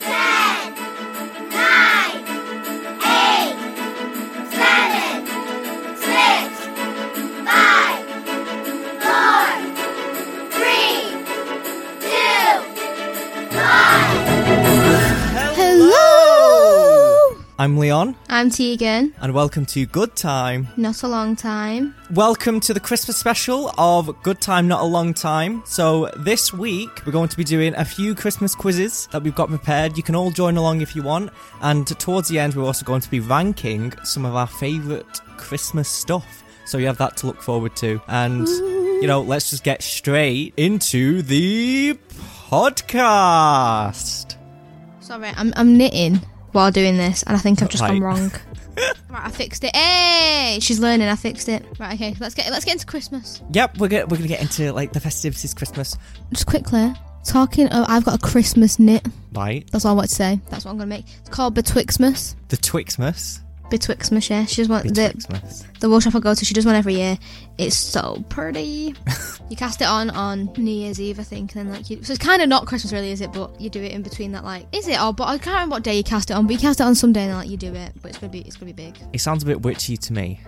Ten, nine, eight, seven, six, five, four, three, two, one. Hello! I'm Leon, I'm Tegan. and welcome to Good Time. Not a long time. Welcome to the Christmas special of Good Time Not a Long Time. So, this week we're going to be doing a few Christmas quizzes that we've got prepared. You can all join along if you want. And towards the end, we're also going to be ranking some of our favourite Christmas stuff. So, you have that to look forward to. And, you know, let's just get straight into the podcast. Sorry, I'm, I'm knitting while doing this, and I think I've just gone Right. wrong. right, I fixed it. Hey, she's learning. I fixed it. Right, okay, let's get let's get into Christmas. Yep, we're gonna, we're gonna get into like the festivities, Christmas. Just quickly talking. Of, I've got a Christmas knit. Right, That's all I want to say. That's what I'm gonna make. It's called Betwixmas. the Twixmas. Betwixmas, yeah. She just wants the Betwixmas. the workshop I go to. She does one every year. It's so pretty. you cast it on on New Year's Eve, I think, and then like you. So it's kind of not Christmas, really, is it? But you do it in between that, like, is it? Or but I can't remember what day you cast it on. But you cast it on some day, and like you do it. But it's gonna be it's gonna be big. It sounds a bit witchy to me.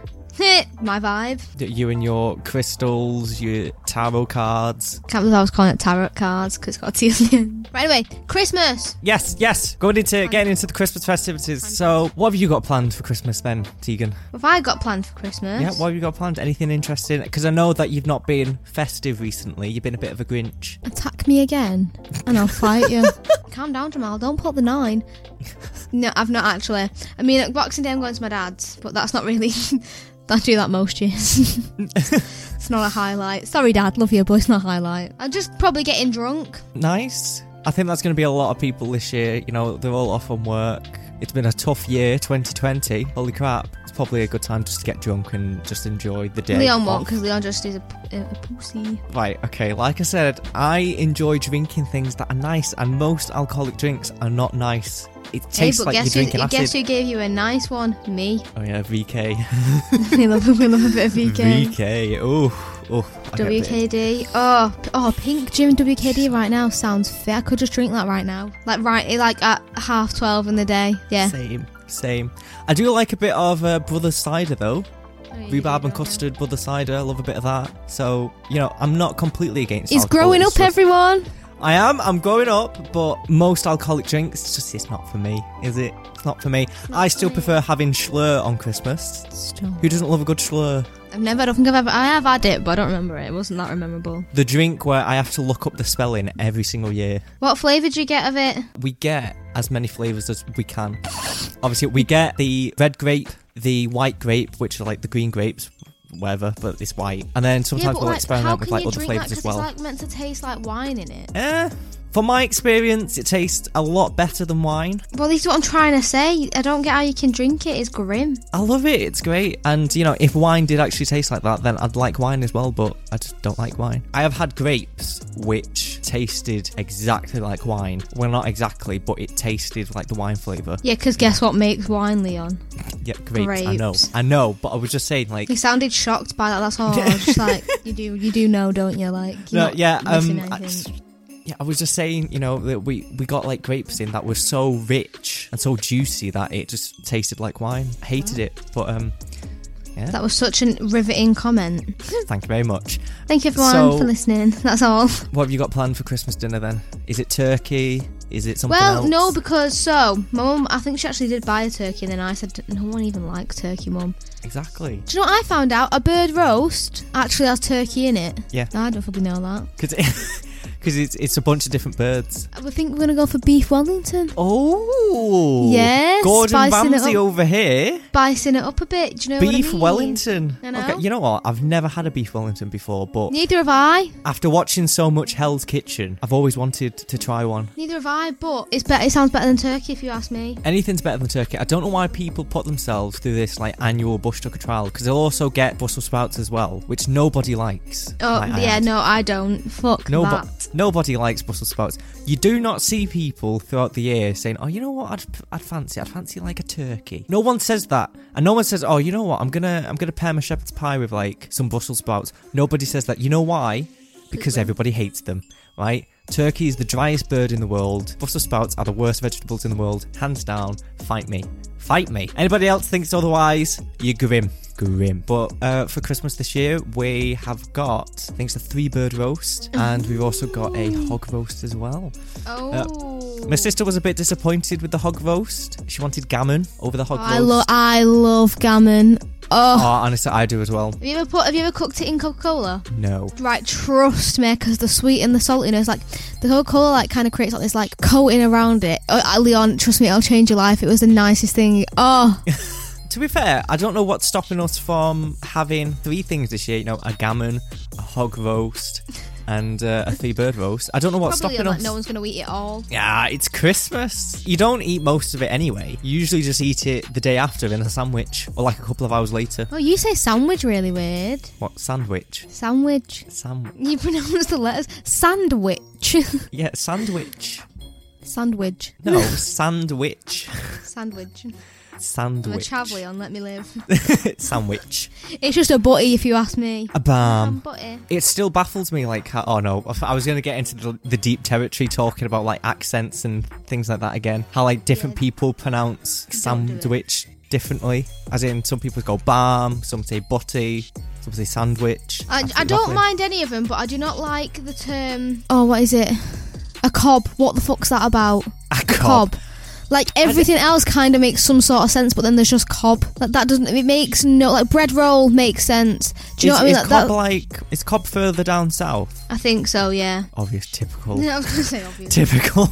My vibe. That You and your crystals, your tarot cards. Can't believe I was calling it tarot cards because it's got a T on the end. Right, anyway, Christmas. Yes, yes. Going into getting into the Christmas festivities. So, what have you got planned for Christmas then, Tegan? What have I got planned for Christmas? Yeah, what have you got planned? Anything interesting? Because I know that you've not been festive recently. You've been a bit of a Grinch. attack me again and I'll fight you. Calm down, Jamal. Don't put the nine. No, I've not actually. I mean, at Boxing Day, I'm going to my dad's, but that's not really. I do that most years. it's not a highlight. Sorry, Dad. Love you, but it's not a highlight. I'm just probably getting drunk. Nice. I think that's going to be a lot of people this year. You know, they're all off on work. It's been a tough year, 2020. Holy crap. It's probably a good time just to get drunk and just enjoy the day. Leon won't off. because Leon just is a, p- a- a pussy. Right, okay, like I said, I enjoy drinking things that are nice, and most alcoholic drinks are not nice. It Hey, tastes but like you're guess, drinking who, acid. guess who gave you a nice one? Me. Oh, yeah, VK. we, love, we love a bit of VK. VK, oh, oh. I get a bit- WKD. Oh, p- oh, pink gin and WKD right now sounds fair. I could just drink that right now. Like right, eh, like at half twelve in the day. Yeah. Same, same. I do like a bit of uh, brother cider, though. Rhubarb and custard, brother cider, I love a bit of that. So, you know, I'm not completely against He's alcohol growing and up, stuff. everyone. I am. I'm growing up, but most alcoholic drinks it's just it's not for me, is it? It's not for me. I still prefer having schlur on Christmas. Still, Who doesn't love a good schlur? I've never. I don't think I've ever. I have had it, but I don't remember it. It wasn't that memorable. The drink where I have to look up the spelling every single year. What flavour did you get of it? We get as many flavours as we can. Obviously, we get the red grape, the white grape, which are like the green grapes, whatever, but it's white. And then sometimes we'll how experiment can with like you other drink that? flavours Because as well. it's like meant to taste like wine in it. Eh, from my experience, it tastes a lot better than wine. Well, this is what I'm trying to say. I don't get how you can drink it. It's grim. I love it. It's great. And, you know, if wine did actually taste like that, then I'd like wine as well, but I just don't like wine. I have had grapes which tasted exactly like wine. Well, not exactly, but it tasted like the wine flavour. Yeah, because guess what makes wine, Leon? Yeah, grapes. I know. Grapes. I know, but I was just saying, like. He sounded shocked by that. That's all. I was just like, you do, you do know, don't you? Like, you're No, not yeah, missing um. I- anything. yeah, I was just saying, you know, that we, we got like grapes in that were so rich and so juicy that it just tasted like wine. I hated it, but um, That was such a riveting comment. thank you very much. Thank you everyone So- for listening. That's all. What have you got planned for Christmas dinner then? Is it turkey? Is it something Well, else? no, because so my mum, I think she actually did buy a turkey, and then I said, no one even likes turkey, mum. Exactly. Do you know what I found out? A bird roast actually has turkey in it. Yeah. I don't fucking know that. Because because it's it's a bunch of different birds. I would think we're gonna go for beef Wellington, Oh, Yes, Gordon spicing it Ramsay up. over here. spicing it up a bit. Do you know what I beef mean? Wellington. I know. Okay, you know what? I've never had a beef Wellington before, but Neither have I. after watching so much Hell's Kitchen, I've always wanted to try one. Neither have I. But it's better. It sounds better than turkey, if you ask me. Anything's better than turkey. I don't know why people put themselves through this like annual bush tucker trial because they'll also get Brussels sprouts as well, which nobody likes. Oh like I yeah, had. no, I don't. Fuck Nobo- that. nobody likes Brussels sprouts. You do not see people throughout the year saying, "Oh, you know what? I'd, I'd fancy, I'd fancy like a turkey." No one says that, and no one says, "Oh, you know what? I'm gonna, I'm gonna pair my shepherd's pie with like some Brussels sprouts." Nobody says that. You know why? Because everybody hates them, right? Turkey is the driest bird in the world. Brussels sprouts are the worst vegetables in the world, hands down. Fight me, fight me. Anybody else thinks otherwise? You're grim. Grim. But uh, for Christmas this year, we have got, I think it's a three bird roast, and we've also got a hog roast as well. Oh. uh, My sister was a bit disappointed with the hog roast. She wanted gammon over the hog roast. Oh, I love. I love gammon. Oh, Oh. honestly, I do as well. Have you ever put? Have you ever cooked it in Coca Cola? No. Right, trust me, because the sweet and the saltiness, like the Coca Cola, like kind of creates like this like coating around it. Oh, uh, Leon, trust me, it'll change your life. It was the nicest thing. Oh, To be fair, I don't know what's stopping us from having three things this year. You know, a gammon, a hog roast, and uh, a three bird roast. I don't know what's probably stopping like us. no one's gonna eat it all. Yeah, it's Christmas. You don't eat most of it anyway. You usually just eat it the day after in a sandwich or like a couple of hours later. Oh, you say sandwich really weird. What sandwich? Sandwich. Sam You pronounce the letters sandwich. Yeah, sandwich. sandwich. No, sandwich. Sandwich. I'm a Sandwich. Travelion, let me live. sandwich. it's just a butty, if you ask me. A Um, bam. butty. It still baffles me, like, how, oh no, I f- I was going to get into the, the deep territory talking about like accents and things like that again. How like different Yeah. people pronounce Don't do it. sandwich differently. As in, some people go bam, some say butty, some say sandwich. I, I Absolutely don't baffling. mind any of them, but I do not like the term. Oh, what is it? A cob. What the fuck's that about? A cob. cob. Like everything else kind of makes some sort of sense, but then there's just cob. Like that doesn't. It makes no like bread roll makes sense. Do you is, know what I mean? Is Like, cob that- like is cob further down south? I think so. Yeah. Obvious, typical, Yeah, I was gonna say obviously. typical.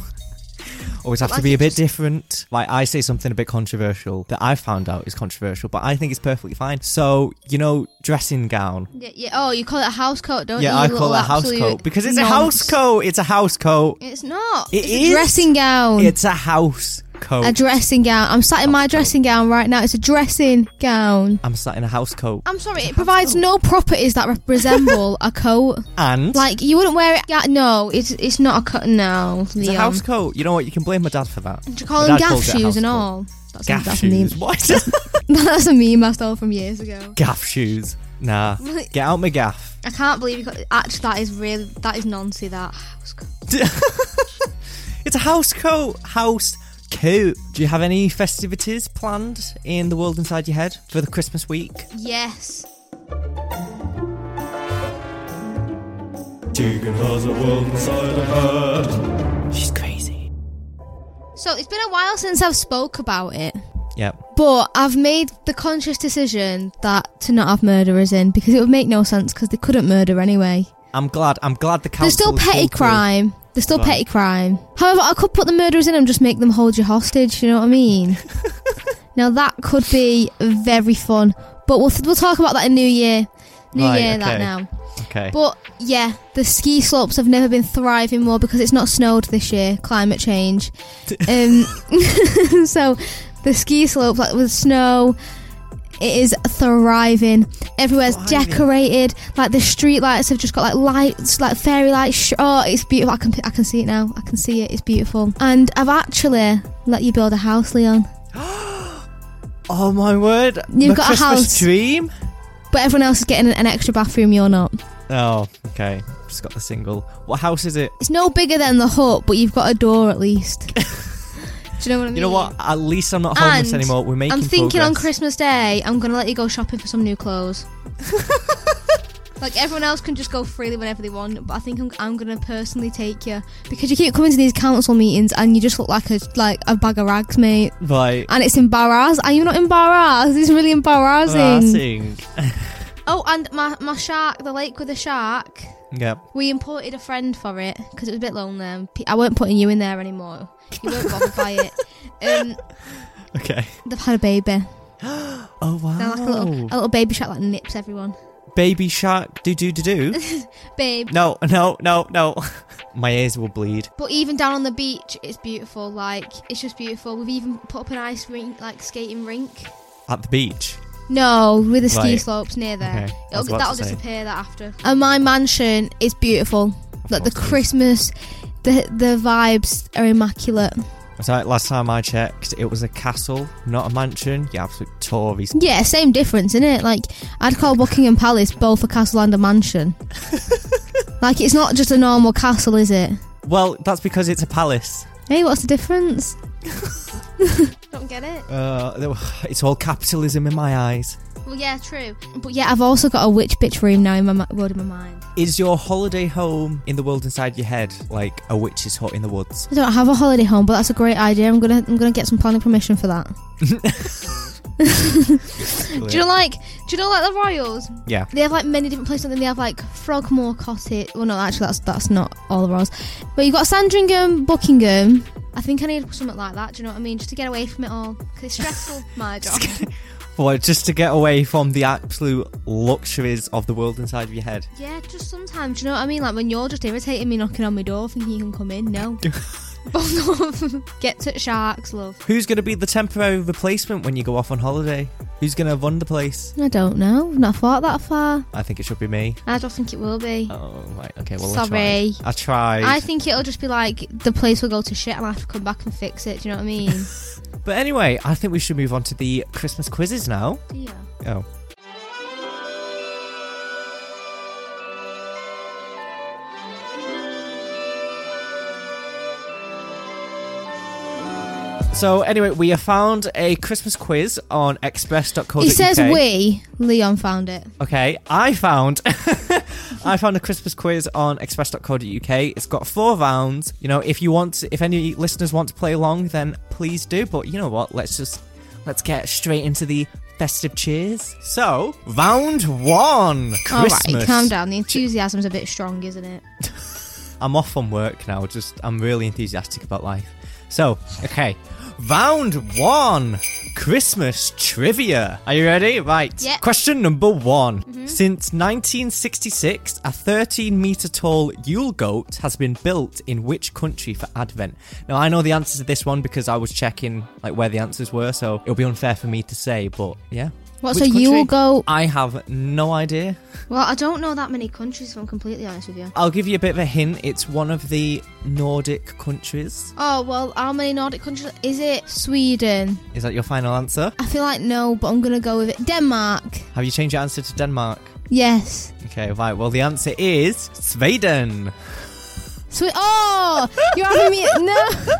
Always have to Like be a it bit just- different. Like I say something a bit controversial that I found out is controversial, but I think it's perfectly fine. So you know, dressing gown. Yeah, yeah. Oh, you call it a house coat, don't you? yeah, you? I call little it a house absolute coat because it's a nonce. house coat. It's a house coat. It's not. It it's is. a dressing gown. It's a house coat. Mm. a dressing gown. I'm sat in my dressing gown right now. It's a dressing gown. I'm sat in a house coat, I'm sorry, it provides no properties that resemble a coat. and Like you wouldn't wear it. Yeah, no, it's it's not a cut. No, it's a Leon. house coat. You know what? You can blame my dad for that. Do you call My them dad gaff calls it a shoes and house coat. all? That's Gaff that's shoes. What? A meme. that's a meme I stole from years ago. gaff shoes. Nah, What? get out my gaff. I can't believe you. Got, actually, that is real. That is nonsense. That house coat. It's a house coat. House coat. Do you have any festivities planned in the world inside your head for the Christmas week? Yes. Tegan has a world inside her head. She's crazy. So it's been a while since I've spoke about it. Yeah. But I've made the conscious decision that to not have murderers in because it would make no sense because they couldn't murder anyway. I'm glad. I'm glad the council. There's still has petty pulled through. crime. There's still Right. petty crime. However, I could put the murderers in and just make them hold you hostage. You know what I mean? now that could be very fun. But we'll we'll talk about that in New Year. New Right, Year that okay. now. Okay. But yeah, the ski slopes have never been thriving more because it's not snowed this year. Climate change. Um, so the ski slopes, like with snow, it is thriving. Everywhere's Thriving. decorated. Like the street lights have just got like lights, like fairy lights. Sh- oh, it's beautiful. I can I can see it now. I can see it. It's beautiful. And I've actually let you build a house, Leon. oh my word! You've My got a Christmas house. dream. But everyone else is getting an extra bathroom. You're not. Oh, okay. Just got the single. What house is it? It's no bigger than the hut, but you've got a door at least. Do you know what I mean? You know what? At least I'm not homeless And anymore. We're making. I'm thinking on progress. Christmas Day, I'm gonna let you go shopping for some new clothes. like everyone else can just go freely whenever they want, but I think I'm, I'm gonna personally take you because you keep coming to these council meetings and you just look like a like a bag of rags, mate. Right. And it's embarrassed. Are you not embarrassed? It's Ah, really embarrassing. Embarrassing. Oh, and my my shark, the lake with the shark. Yeah. We imported a friend for it because it was a bit lonely. and pe- I weren't putting you in there anymore. You weren't bothered by it. Um, Okay. they've had a baby. Oh wow. They're like a little, a little baby shark that nips everyone. Baby shark. Do do do do. Babe. No no no no. My ears will bleed. But even down on the beach, it's beautiful. Like it's just beautiful. We've even put up an ice rink, like skating rink. At the beach. No, with the ski Right. slopes near there. Okay, I It'll, was about that'll to say. disappear that after. And my mansion is beautiful. Like the Christmas, the the vibes are immaculate. So last time I checked, it was a castle, not a mansion. You absolute Tories. Yeah, same difference, isn't it? Like I'd call Buckingham Palace both a castle and a mansion. like it's not just a normal castle, is it? Well, that's because it's a palace. Hey, what's the difference? Don't get it. Uh, there- it's all capitalism in my eyes. Well, yeah, true. But yeah, I've also got a witch bitch room now in my mi- world in my mind. Is your holiday home in the world inside your head like a witch's hut in the woods? I don't have a holiday home, but that's a great idea. I'm gonna I'm gonna get some planning permission for that. Do you know like do you know like the Royals? Yeah. They have like many different places. and Then they have like Frogmore Cottage. Well, no, actually, that's that's not all the Royals. But you've got Sandringham, Buckingham. I think I need something like that. Do you know what I mean? Just to get away from it all because it's stressful. my job. Well, just to get away from the absolute luxuries of the world inside of your head. Yeah, just sometimes. Do you know what I mean? Like when you're just irritating me, knocking on my door, thinking you can come in. No. Both of them. Get to sharks, love. Who's going to be the temporary replacement when you go off on holiday? Who's going to run the place? I don't know. I've Not thought that far. I think it should be me. I don't think it will be. Oh, right. Okay. Well, Sorry. I tried. I tried. I think it'll just be like the place will go to shit and I have to come back and fix it. Do you know what I mean? but anyway, I think we should move on to the Christmas quizzes now. yeah. Oh. So anyway, we have found a Christmas quiz on express.co.uk. He says we. Leon found it. Okay, I found I found a Christmas quiz on express.co.uk. It's got four rounds. You know, if you want if any listeners want to play along, then please do. But you know what? Let's just let's get straight into the festive cheers. So, round 1. Christmas. All right, calm down. The enthusiasm's a bit strong, isn't it? I'm off from work now. Just I'm really enthusiastic about life. So, okay. Round one. Christmas trivia. Are you ready? Right. Yep. Question number one. Mm-hmm. Since 1966, a 13 meter tall Yule goat has been built in which country for Advent? Now, I know the answer to this one because I was checking like where the answers were, so it'll be unfair for me to say. But yeah, What's Which a Yule country? goat? I have no idea. Well, I don't know that many countries, if I'm completely honest with you. I'll give you a bit of a hint. It's one of the Nordic countries. Oh, well, how many Nordic countries? Is it Sweden? Is that your final answer? I feel like no, but I'm going to go with it. Denmark. Have you changed your answer to Denmark? Yes. Okay, right. Well, the answer is Sweden. Swe- oh, you're having me. No.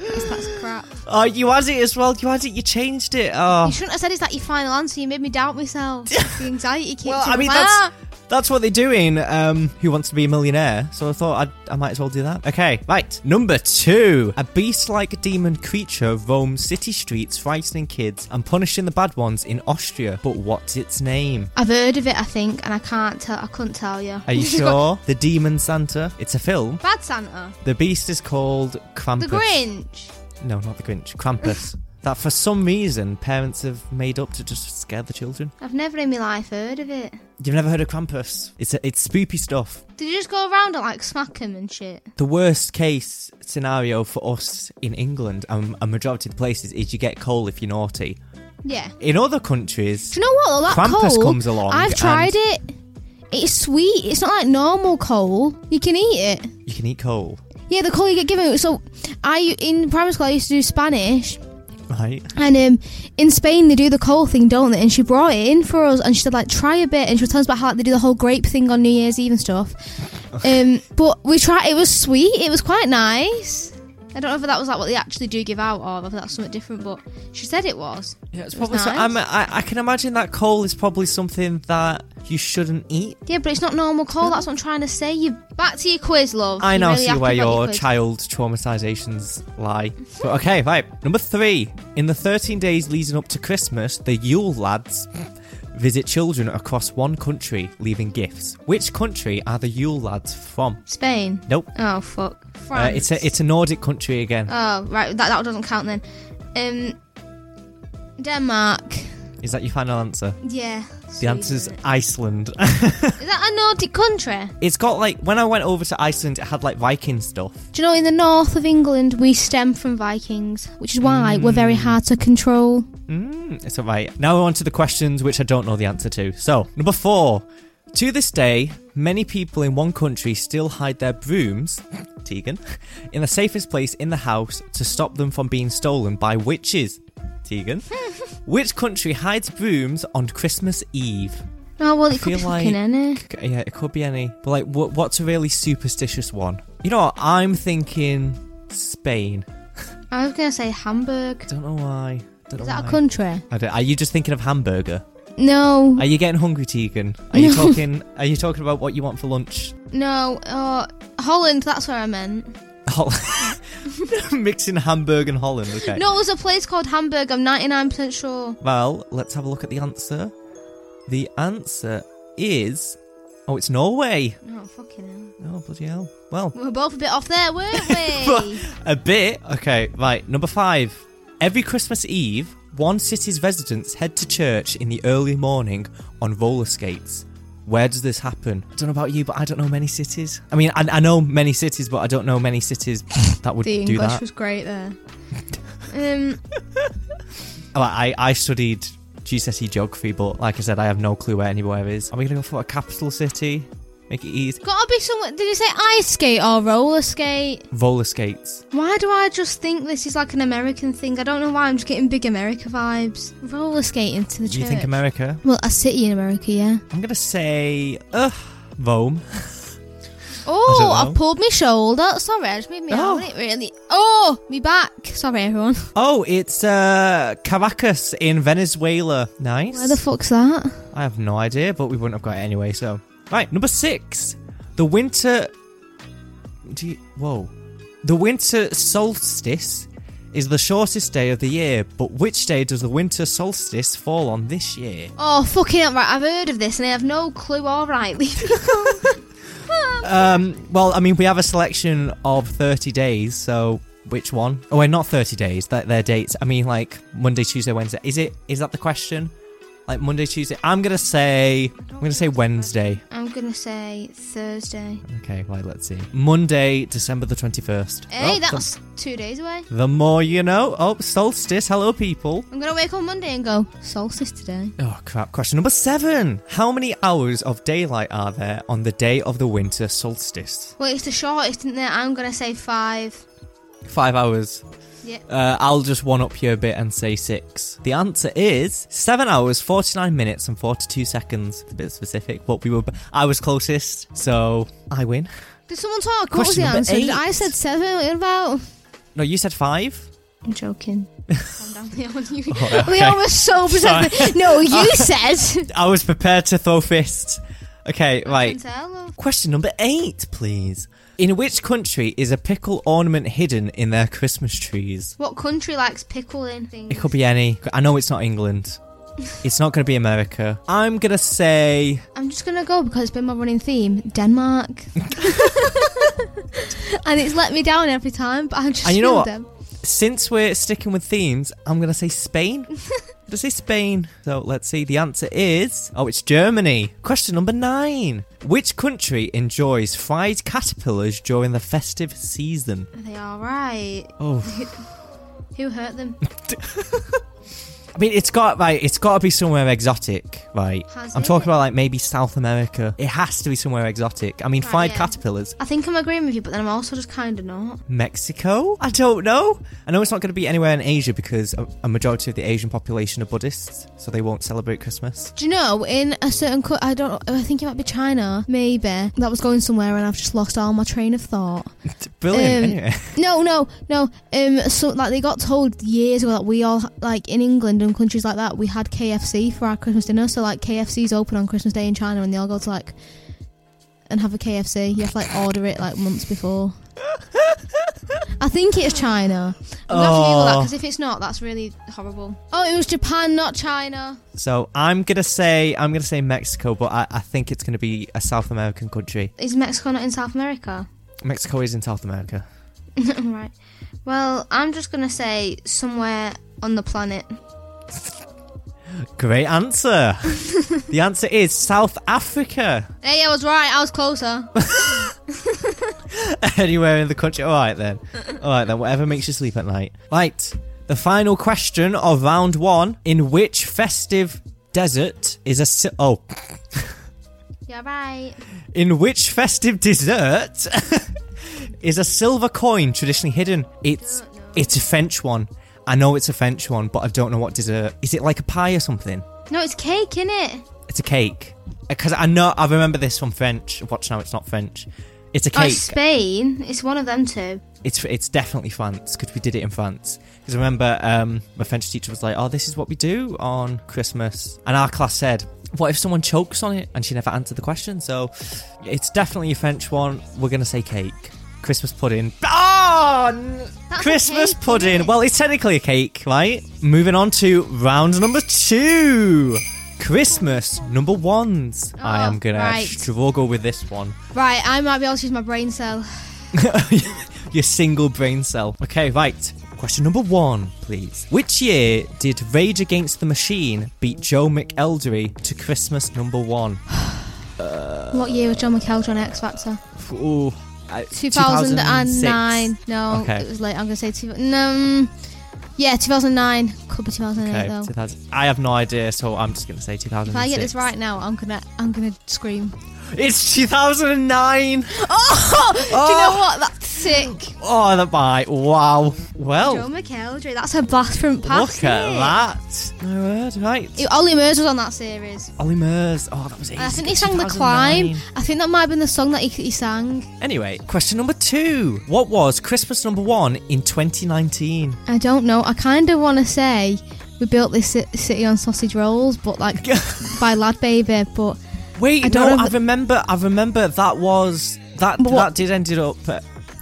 Yes, That's crap. Oh, you had it as well. You had it. You changed it. Oh. You shouldn't have said it's like your final answer. You made me doubt myself. the anxiety kicked Well, in. I mean, Ah! that's that's what they do in um, Who Wants to Be a Millionaire. So I thought I'd, I might as well do that. Okay, right. Number two. A beast like demon creature roams city streets, frightening kids and punishing the bad ones in Austria. But what's its name? I've heard of it, I think, and I can't tell. I couldn't tell you. Are you It's got- sure? The Demon Santa. It's a film. Bad Santa. The beast is called Krampus. The Grinch. No, not the Grinch. Krampus. that for some reason parents have made up to just scare the children. I've never in my life heard of it. You've never heard of Krampus? It's a, it's spooky stuff. Did you just go around and like smack him and shit? The worst case scenario for us in England and a majority of the places is you get cold if you're naughty. Yeah. In other countries, Do you know what? though? That Krampus coal, comes along I've tried it. It's sweet. It's not like normal coal. You can eat it. you can eat coal, Yeah, the coal you get given. So, I in primary school I used to do Spanish, right? and um, in Spain they do the coal thing, don't they? And she brought it in for us, and she said like try a bit, and she was telling us about how like, they do the whole grape thing on New Year's Eve and stuff. um, but we tried. It was sweet. It was quite nice. I don't know if that was like what they actually do give out, or if that's something different. But she said it was. Yeah, it's It was probably. so- nice. I'm- I, I can imagine that coal is probably something that you shouldn't eat. Yeah, but it's not normal coal. That's what I'm trying to say. You back to your quiz, love. I You're now really see happy where about your quiz. child traumatizations lie. But okay, right. Number three. In the 13 days leading up to Christmas, the Yule lads visit children across one country, leaving gifts. Which country are the Yule lads from? Spain. Nope. Oh fuck. Uh, France. it's a it's a Nordic country again. Oh right, that that doesn't count then. Um, Denmark. Is that your final answer? Yeah. The answer is Iceland. Is that a Nordic country? it's got like when I went over to Iceland, it had like Viking stuff. Do you know in the north of England we stem from Vikings, which is why we're very Hmm. hard to control. It's all right. Now on to the questions which I don't know the answer to. So, number four. To this day, many people in one country still hide their brooms, Tegan, in the safest place in the house to stop them from being stolen by witches, Tegan. Which country hides brooms on Christmas Eve? Oh well, I it could be feel fucking like- any. C- Yeah, it could be any. But like, what, what's a really superstitious one? You know what? I'm thinking Spain. I was gonna say Hamburg. Don't know why. Don't Is know that a why. country? I don't- are you just thinking of hamburger? No, Are you getting hungry, Tegan? Are you talking? Are you talking about what you want for lunch? no. Uh, Holland. That's where I meant. Hol- Mixing Hamburg and Holland. Okay. No, it was a place called Hamburg. I'm 99% sure. Well, let's have a look at the answer. The answer is, oh, it's Norway. Oh fucking hell. Oh bloody hell! Well, We were both a bit off there, weren't we? a bit. Okay, right. Number five. Every Christmas Eve, one city's residents head to church in the early morning on roller skates. Where does this happen? I don't know about you, but I don't know many cities. I mean, I, I know many cities, but I don't know many cities that would the do English that. was great there. Um, Like, I, I studied GCSE E geography, but like I said, I have no clue where anywhere is. Are we going to go for a capital city? Make it easy. gotta be somewhere. Did you say ice skate or roller skate? Roller skates. Why do I just think this is like an American thing? I don't know why. I'm just getting big America vibes. Roller skating to the Do church. you think America? Well, a city in America, yeah. I'm going to say, uh, Rome. Oh, I I, don't know. pulled my shoulder. Sorry, I just made me Oh. out it really. Oh, me back. Sorry, everyone. Oh, it's uh, Caracas in Venezuela. Nice. Where the fuck's that? I have no idea, but we wouldn't have got it anyway. So, right, number six, the winter. Do you- whoa, the winter solstice is the shortest day of the year. But which day does the winter solstice fall on this year? Oh, fucking hell, right. I've heard of this and I have no clue. All right, leave me alone. Um, well, I mean, we have a selection of thirty days. So, which one? Oh, wait, not thirty days. That their dates. I mean, like Monday, Tuesday, Wednesday. Is it? Is that the question? Like Monday, Tuesday. I'm gonna say. I'm gonna say Wednesday. I'm gonna say Thursday. Okay, right, let's see. Monday, December the 21st. Hey, Oh, that's two days away. The, the more you know. Oh, solstice. Hello, people. I'm gonna wake up Monday and go solstice today. Oh, crap. Question number seven. How many hours of daylight are there on the day of the winter solstice? Well, it's the shortest, isn't it? I'm gonna say five. Five hours. Yeah. Uh, I'll just one up you a bit and say six. The answer is seven hours, 49 minutes, and 42 seconds. It's a bit specific, but we were. I was closest, so I win. Did someone talk? what was Question the number answer? eight. I said seven. What about? No, you said five? I'm joking. Calm down, Leon. You, okay. Leon was so protective. No, you said. I was prepared to throw fists. Okay, right. Hello. Question number eight, please. In which country is a pickle ornament hidden in their Christmas trees? What country likes pickling It things? could be any. I know it's not England. It's not going to be America. I'm going to say. I'm just gonna go because it's been my running theme, Denmark. and it's let me down every time, but I just And you know feel what? them. Since we're sticking with themes, I'm going to say Spain. I'm going to say Spain. So let's see. The answer is. Oh, it's Germany. Question number nine. Which country enjoys fried caterpillars during the festive season? Are they alright? Oh. Who hurt them? I mean, it's got right. It's got to be somewhere exotic, right? Has I'm it? talking about like maybe South America. It has to be somewhere exotic. I mean, Right, fried yeah. caterpillars, I think I'm agreeing with you, but then I'm also just kind of not. Mexico. I don't know. I know it's not going to be anywhere in Asia because a, a majority of the Asian population are Buddhists, so they won't celebrate Christmas. Do you know in a certain co- I don't I think it might be China maybe that was going somewhere and I've just lost all my train of thought. It's brilliant. Um, anyway, No, no, no. Um, so like they got told years ago that we all like in England and countries like that we had KFC for our Christmas dinner. So like KFC's open on Christmas Day in China and they all go to like and have a KFC. You have to like order it like months before. I think it's China. I'm going to have to Google that Oh. because if it's not, that's really horrible. Oh, it was Japan, not China. So I'm gonna say I'm gonna say Mexico, but I, I think it's gonna be a South American country. Is Mexico not in South America? Mexico is in South America. right. Well, I'm just going to say somewhere on the planet. Great answer. the answer is South Africa. Hey, I was right. I was closer. Anywhere in the country. All right then. All right then. Whatever makes you sleep at night. Right. The final question of round one: In which festive desert is a si- oh? You're right. In which festive dessert is a silver coin traditionally hidden? It's Don't know. it's a French one. I know it's a French one, but I don't know what dessert. Is it like a pie or something? No, it's cake, innit? It's a cake. Because I know I remember this from French. Watch now, it's not French. It's a Oh, cake. it's Spain. It's one of them two. it's it's definitely France because we did it in France. Because remember, um, my French teacher was like, "Oh, this is what we do on Christmas," and our class said, "What if someone chokes on it?" And she never answered the question. So it's definitely a French one. We're gonna say cake, Christmas pudding. Oh, n- That's a Christmas cake, pudding. isn't it? Well, it's technically a cake, right? Moving on to round number two. Christmas number ones. I Oh, am gonna right. struggle with this one. Right, I might be able to use my brain cell. your single brain cell. Okay, right. Question number one, please. Which year did Rage Against the Machine beat Joe McElderry to Christmas number one? what year was John McElroy on X Factor? Ooh, uh, I- 2009. 2006. No, Okay. it was late. I'm going to say two, um, yeah, 2009. Could be 2008 Okay, though. 2000 I have no idea, so I'm just gonna say 2006. If I get this right now, I'm gonna I'm gonna scream. it's 2009. Oh, do you know what? That's sick. Oh, that bite! Wow. Joe Well, McElroy, that's a bathroom pass. Oh. look at that. No word, right? Ollie Murs was on that series. Ollie Murs. Oh, that was it. And I think they sang The Climb. I think that might have been the song that he, he sang. Anyway, question number two. What was Christmas number one in 2019? I don't know. I kind of want to say we built this ci- city on sausage rolls, but like by Lad Baby. But Wait, I no, don't know I if- remember, I remember that was, that But what- that did ended up uh,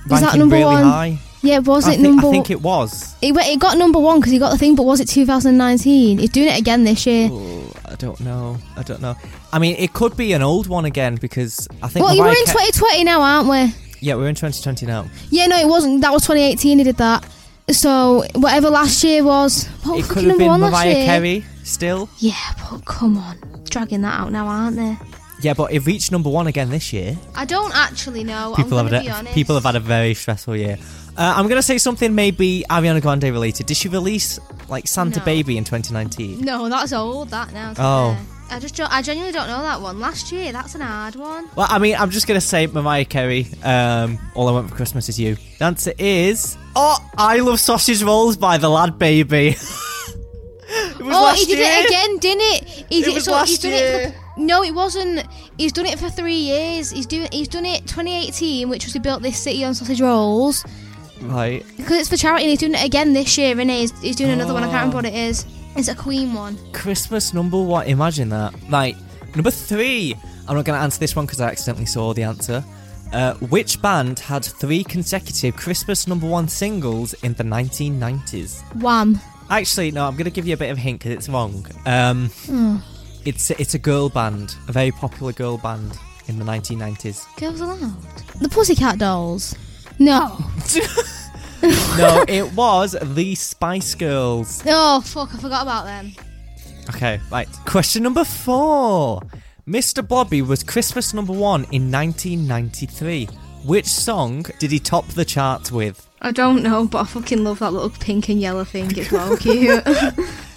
Was that ranking number really one? high. yeah, was I it thi- number? I think it was. It, went- it got number one because he got the thing, but was it 2019? He's doing it again this year. Oh, I don't know. I don't know. I mean, it could be an old one again because I think. Well, you were Mariah in Ca- 2020 now, aren't we? Yeah, we're in 2020 now. Yeah, no, it wasn't. That was 2018. He did that. So whatever last year was, what it was could fucking have number been one last Mariah year? Carey still. Yeah, but come on, dragging that out now, aren't they? Yeah, but it reached number one again this year. I don't actually know. people I'm have gonna had be a, honest. people have had a very stressful year. Uh, I'm gonna say something maybe Ariana Grande related. Did she release like Santa No. Baby in 2019? No, that's old. That now. to be Oh. fair. I just, don't- I genuinely don't know that one. Last year, that's an hard one. Well, I mean, I'm just gonna say Mariah Carey. Um, All I want for Christmas is you. The answer is oh, I love sausage rolls by the Lad Baby. it was oh, last he did year. it again, didn't it? He did was so last he's done year. it. For, no, it wasn't. He's done it for three years. He's doing. He's done it 2018, which was he built this city on sausage rolls Right. because it's for charity. and He's doing it again this year, and he's, he's doing another one. I can't remember what it is. It's a Queen one. Christmas number one. Imagine that. Right. Number three. I'm not going to answer this one because I accidentally saw the answer. Uh, which band had three consecutive Christmas number one singles in the 1990s? Wham. Actually, no. I'm going to give you a bit of a hint because it's wrong. Um, It's it's a girl band, a very popular girl band in the 1990s. Girls allowed. The Pussycat Dolls. No. no, it was the Spice Girls. Oh fuck! I forgot about them. Okay, right. Question number four. Mr. Bobby was Christmas number one in 1993. Which song did he top the charts with? I don't know, but I fucking love that little pink and yellow thing. It's well cute.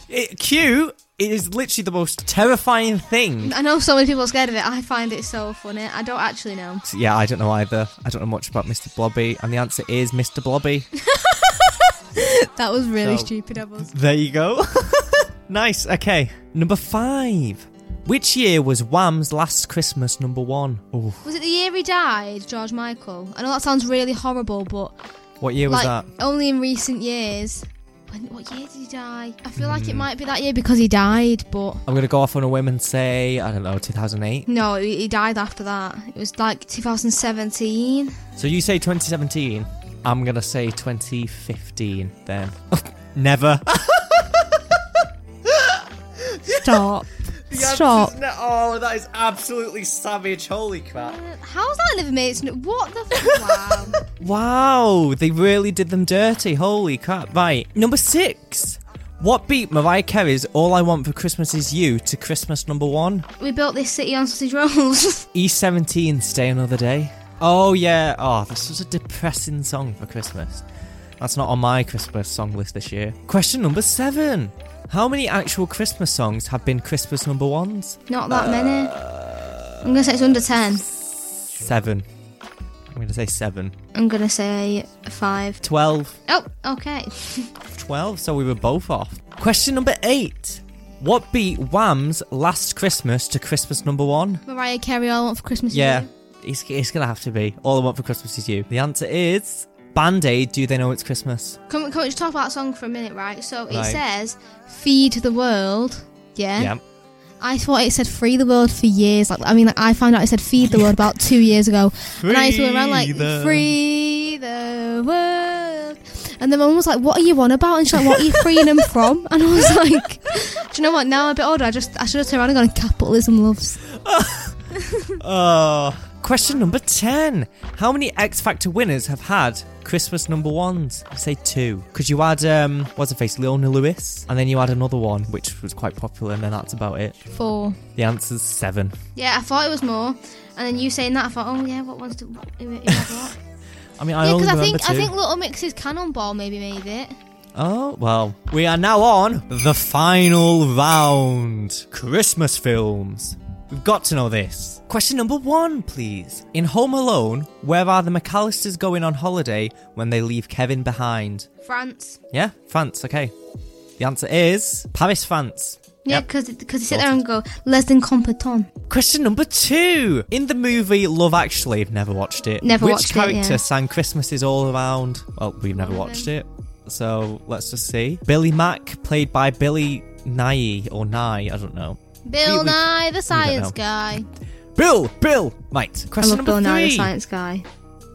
It, cute. It Eh, is literally the most terrifying thing. I know so many people are scared of it. I find it so funny. I don't actually know. Yeah, I don't know either. I don't know much about Mr. Blobby, and the answer is Mr. Blobby. That was really So- stupid of us. There you go. nice. Okay. Number five. Which year was Wham's Last Christmas number one? Oh, Was it the year he died, George Michael? I know that sounds really horrible, but what year was like that? only in recent years. When, what year did he die? I feel like Mm. it might be that year because he died, but I'm gonna go off on a whim and say I don't know, 2008. no, he, he died after that. It was like 2017. So you say 2017. I'm going to say 2015 then. Never. Stop. Stop. Oh, that is absolutely savage. Holy crap. How's that never made? sense? What the? F- wow. Wow, they really did them dirty. Holy crap. Right. Number six. What beat Mariah Carey's All I Want for Christmas Is You to Christmas number one? we built this city on sausage rolls. E17 E Stay Another Day. Oh, yeah. Oh, this was a depressing song for Christmas. That's not on my Christmas song list this year. Question number seven. How many actual Christmas songs have been Christmas number ones? Not that many. I'm gonna say it's under ten. Seven. I'm going to say seven. I'm gonna say five. Twelve. Oh, okay. 12, so we were both off. Question number eight. What beat Wham's Last Christmas to Christmas number one? Mariah Carey, all I want for Christmas. is Yeah, You. it's, it's gonna have to be. All I want for Christmas is you. The answer is Band Aid, Do They Know It's Christmas? Can, we- can we just talk about that song for a minute, right? So it Right. says, "Feed the world." Yeah. Yeah. I thought it said "free the world" for years. Like, I mean, like I found out it said "feed the world" about two years ago, and I used to go around like Free the- "free the world," and then my mum was like, "What are you on about?" And she's like, "What are you freeing them from?" And I was like, "Do you know what? Now I'm a bit older. I just I should have turned around and gone, capitalism loves." Oh. Question number 10. How many X Factor winners have had Christmas number ones? I say two. Because you had, um, what's her face, Leona Lewis, and then you had another one, which was quite popular, and then that's about it. Four. The answer's seven. Yeah, I thought it was more, and then you saying that, I thought, "Oh yeah, what ones do what, who, who had what?" I mean, I yeah, only because I remember think two. I think Little Mix's Cannonball maybe made it. Oh, well, we are now on the final round Christmas films. We've got to know this. Question number one, please. In Home Alone, where are the McAllisters going on holiday when they leave Kevin behind? France. Yeah, France, okay. The answer is Paris, France. Yeah, Yep. because because he sit there and go les incompetents. Question number two. In the movie Love Actually, I've never watched it. Never Which watched it, character yeah. sang Christmases all around? Well, we've never watched it. So let's just see. Billy Mack, played by Billy Nye or Nye, I don't know. Bill We- we- Nye the Science know. Guy. Bill! Bill! Right. I Question love number Bill Nye the three. Science Guy.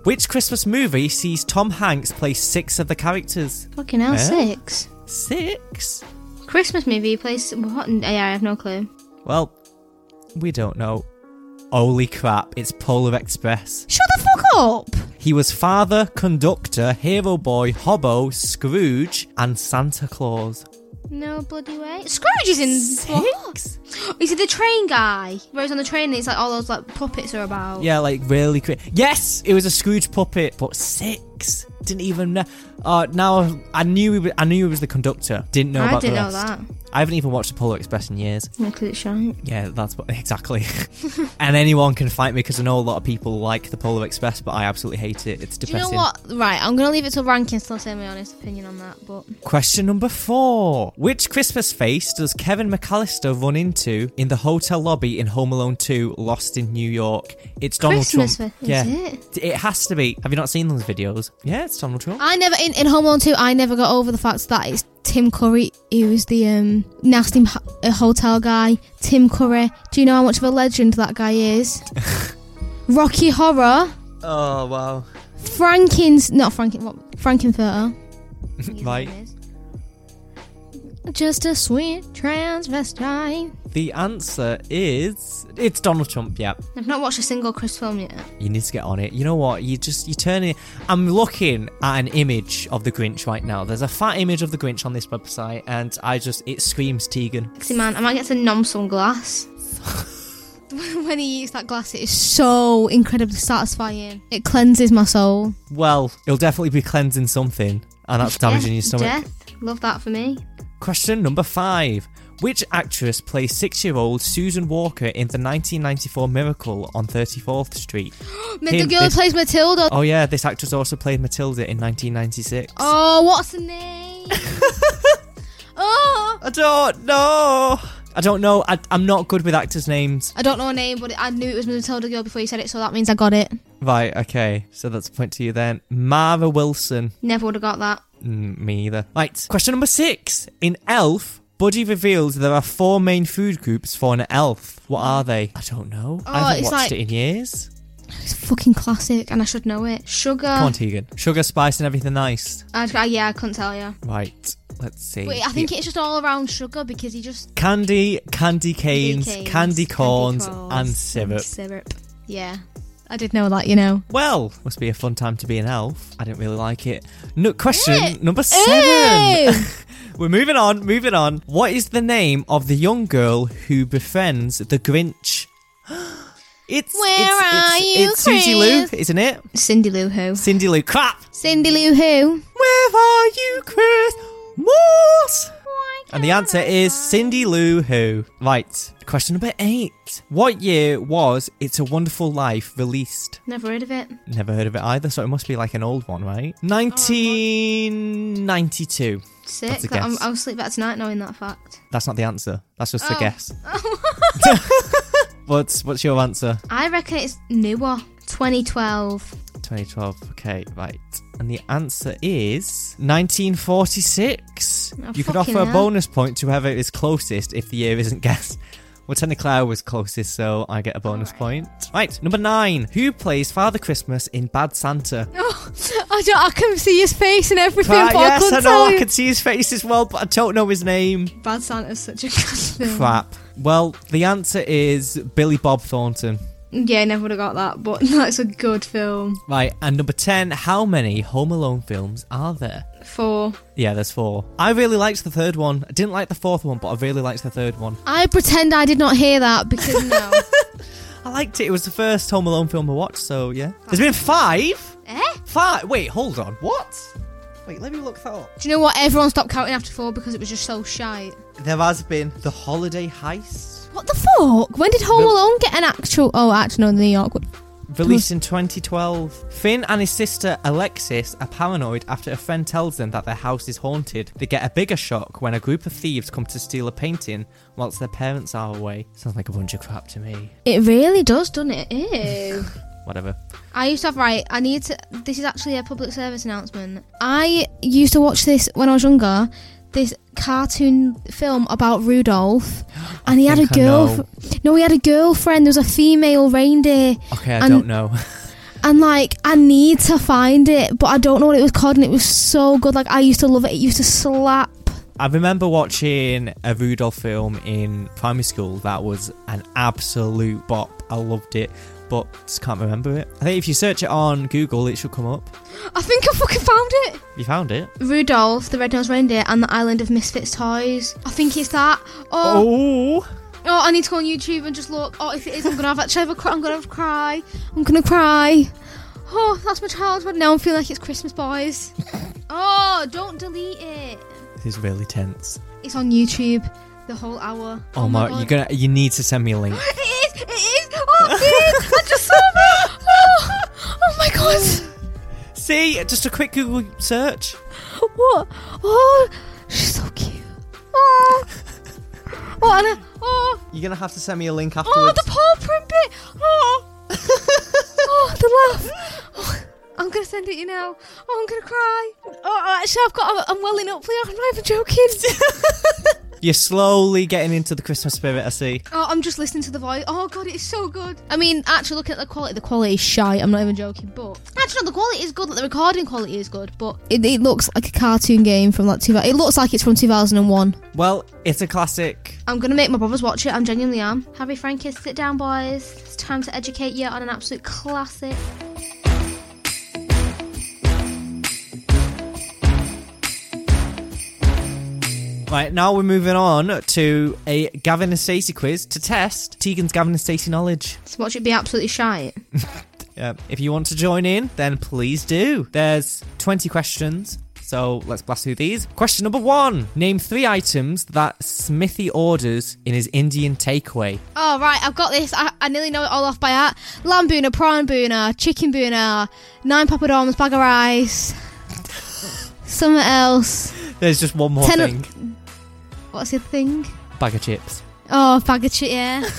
Which Christmas movie sees Tom Hanks play six of the characters? Fucking hell, Eh? six. Six? Christmas movie plays what? Yeah, I have no clue. Well, we don't know. Holy crap, it's Polar Express. Shut the fuck up! He was father, conductor, hero boy, hobo, Scrooge, and Santa Claus. No bloody way. Scrooge is in what? Is he the train guy? Where he's on the train and it's like all those like puppets are about. Yeah, like really quick. Yes, it was a Scrooge puppet, but six. Didn't even know. Uh, now I knew he was, I knew he was the conductor. Didn't know I about didn't the know rest. that. I haven't even watched the Polar Express in years. No clue, it's shite. Yeah, that's what exactly. and anyone can fight me because I know a lot of people like the Polar Express, but I absolutely hate it. It's Do you depressing. know what? Right, I'm gonna leave it to rankings till I say my honest opinion on that. But Question number four. Which Christmas face does Kevin McAllister run into in the hotel lobby in Home Alone 2 Lost in New York? It's Donald Christmas Trump. face, is yeah. it? Ah. It has to be. Have you not seen those videos? Yeah, it's Donald Trump. I never in, in Home Alone 2, I never got over the fact that it's Tim Curry who is the um, nasty ho- uh, hotel guy. Tim Curry. Do you know how much of a legend that guy is? Rocky Horror, Oh, wow. Franken's not Franken, what Frankenfurter. Right. Just a sweet transvestite. The answer is. It's Donald Trump, yeah. I've not watched a single Chris film yet. You need to get on it. You know what? You just you turn it. I'm looking at an image of the Grinch right now. There's a fat image of the Grinch on this website, and I just it screams Tegan. See, man, I might get some nom some glass. when he eats that glass, it is so incredibly satisfying. It cleanses my soul. Well, it'll definitely be cleansing something, and that's damaging Yeah, your stomach. Death. Love that for me. Question number five. Which actress plays six year old Susan Walker in the 1994 Miracle on 34th Street? Ma- the Him, girl who this- plays Matilda. Oh, yeah, this actress also played Matilda in 1996. Oh, what's her name? oh, I don't know. I don't know. I, I'm not good with actors' names. I don't know her name, but I knew it was Matilda girl before you said it, so that means I got it. Right, okay. So that's a point to you then. Mara Wilson. Never would have got that. Mm, me either. Right. Question number six. In Elf, Buddy reveals there are four main food groups for an elf. What are they? I don't know. Oh, I haven't it's watched like- it in years. It's fucking classic, and I should know it. Come Sugar. on, Tegan. Sugar, spice, and everything nice. I, I, yeah, I couldn't tell you. Right. Let's see. Wait, I think Here. it's just all around sugar because he just candy, candy canes, canes, candy corns, and corns, syrup. Syrup. Yeah, I did know that. You know. Well, must be a fun time to be an elf. I didn't really like it. No, question Eh. number seven. Ew. We're moving on, moving on. What is the name of the young girl who befriends the Grinch? it's Where it's, it's, are you, it's Susie Lou, Chris? isn't it? Cindy Lou Who. Cindy Lou. Crap! Cindy Lou Who. Where are you, Chris? Morse! And the answer is Cindy Lou Who. Right, question number eight. What year was It's a Wonderful Life released? Never heard of it. Never heard of it either, so it must be like an old one, right? Oh, 1992. Sick. That's a That- I'm, guess. I'll sleep better tonight knowing that fact. That's not the answer. That's just a Oh. guess. what's what's your answer? I reckon it's newer. 2012. 2012. Okay, right. And the answer is 1946. Oh, you could fucking offer a hell. bonus point to whoever is closest if the year isn't guessed. Well, technically I was closest, so I get a bonus point. Right, number nine. Who plays Father Christmas in Bad Santa? I don't. I can see his face and everything. Crap, but I yes, couldn't I know. tell I you. can see his face as well, but I don't know his name. Bad Santa's such a good film. Crap. Well, the answer is Billy Bob Thornton. Yeah, I never would have got that, but that's a good film. Right, and number 10, how many Home Alone films are there? Four. Yeah, there's four. I really liked the third one. I didn't like the fourth one, but I really liked the third one. I pretend I did not hear that because no. I liked it. It was the first Home Alone film I watched, so yeah. There's been five? eh? Five? Wait, hold on. What? Wait, let me look that up. Do you know what? Everyone stopped counting after four because it was just so shite. There has been The Holiday Heist, What the fuck? When did Home The- Alone get an actual? Oh, actually, no, New York. released in 2012. Finn and his sister Alexis are paranoid after a friend tells them that their house is haunted. They get a bigger shock when a group of thieves come to steal a painting whilst their parents are away. Sounds like a bunch of crap to me. It really does, doesn't it? Ew. Whatever. I used to have right. I need to. This is actually a public service announcement. I used to watch this when I was younger. This cartoon film about Rudolph, and he had a think I know. girlfriend. no, he had a girlfriend. There was a female reindeer, Okay, I And- don't know. and like I need to find it, but I don't know what it was called, and it was so good. Like I used to love it. It used to slap. I remember watching a Rudolph film in primary school that was an absolute bop. I loved it, but just can't remember it. I think if you search it on Google, it should come up. I think I fucking found it. You found it? Rudolph, the red-nosed reindeer, and the Island of Misfits Toys. I think it's that. Oh, Oh! Oh, I need to go on YouTube and just look. Oh, if it is, I'm gonna have actually have a cry. I'm gonna have a cry. I'm gonna cry. Oh, that's my childhood. Now I'm feeling like it's Christmas, boys. oh, don't delete it. This is really tense. It's on YouTube the whole hour. Oh, my! God. You're gonna. You need to send me a link. It is. It is. Oh, it is. I just saw that. Oh, oh my god. See, just a quick Google search. What? Oh, she's so cute. Oh. Oh, Anna. Oh, You're gonna have to send me a link oh, afterwards. the paw print bit. Oh. Oh, the laugh. I'm gonna send it you now. Oh, I'm gonna cry. Oh, actually, I've got. I'm welling up. Leon. I'm not even joking. You're slowly getting into the Christmas spirit. I see. Oh, I'm just listening to the voice. Oh god, it's so good. I mean, actually looking at the quality, the quality is shy. I'm not even joking. But actually, no, the quality is good. Like, the recording quality is good. But It, it looks like a cartoon game from like two. It looks like it's from 2001. Well, it's a classic. I'm gonna make my brothers watch it. I'm genuinely am. Harry Frankie, sit down, boys. It's time to educate you on an absolute classic. Right now, we're moving on to a Gavin and Stacey quiz to test Tegan's Gavin and Stacey knowledge. So watch it be absolutely shy. Yeah. If you want to join in, then please do. There's 20 questions. So let's blast through these. Question number one Name three items that Smithy orders in his Indian takeaway. Oh right, I've got this. I, I nearly know it all off by heart. Lamb booner, prawn booner, chicken booner, nine papadums, bag of rice. Something else. There's just one more Ten o- thing What's your thing? bag of chips. Oh, bag of chip, yeah.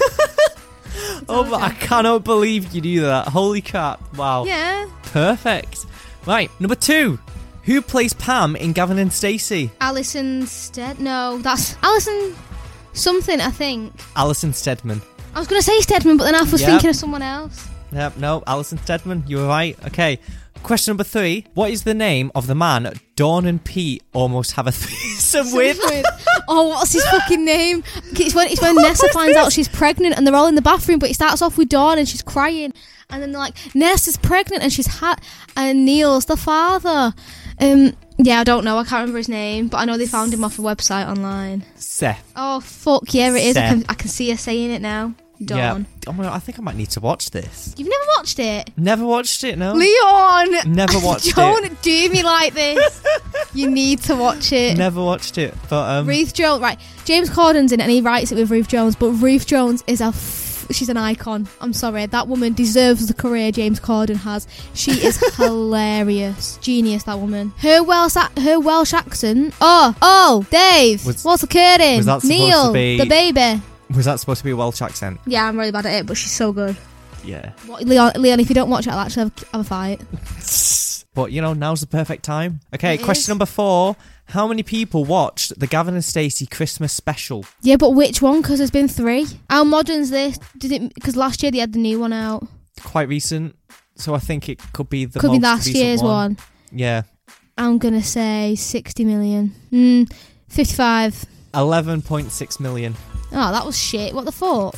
Oh, my, I cannot believe you knew that. Holy crap. Wow. yeah. Perfect. Right, number two. Who plays Pam in Gavin and Stacey? Alison Stead. No, that's Alison something, I think. Alison Stedman. I was going to say Stedman, but then I was Yep. thinking of someone else. Yep, no, Alison Stedman, you were right. Okay. Question number three. What is the name of the man Dawn and Pete almost have a threesome with? Oh, what's his fucking name? It's when it's when Nessa was finds out this? she's pregnant and they're all in the bathroom, but it starts off with Dawn and she's crying, and then they're like, Nessa's pregnant and she's hot, and Neil's the father. Um, yeah, I don't know. I can't remember his name, but I know they found him off a website online. Seth. Oh fuck, yeah, it is. I Seth. can, I can see her saying it now. Dawn. Yeah. Oh my God, I think I might need to watch this. You've never watched it, Never watched it, no? Leon. Never watched it. don't do me like this. you need to watch it. Never watched it. But um Ruth Jones, right? James Corden's in it, and he writes it with Ruth Jones. But Ruth Jones is a, f- she's an icon. I'm sorry, that woman deserves the career James Corden has. She is hilarious, genius. That woman. Her Welsh, ac- her Welsh accent. Oh, oh, Dave, Was- what's occurring? was that supposed Neil, to be- the baby. was that supposed to be a Welsh accent? Yeah, I'm really bad at it, but she's so good. Yeah. What, Leon, Leon, if you don't watch it, I'll actually have, have a fight. But you know, now's the perfect time. Okay, It question is. number four. How many people watched the Gavin and Stacey Christmas special? Yeah, but which one? Because there's been three. How modern's this? Did it? Because last year they had the new one out. Quite recent. So I think it could be the Could be most last recent year's one. one. Yeah. I'm gonna say 60 million. Mm, 55. Eleven point six million. Oh, that was shit. What the fuck?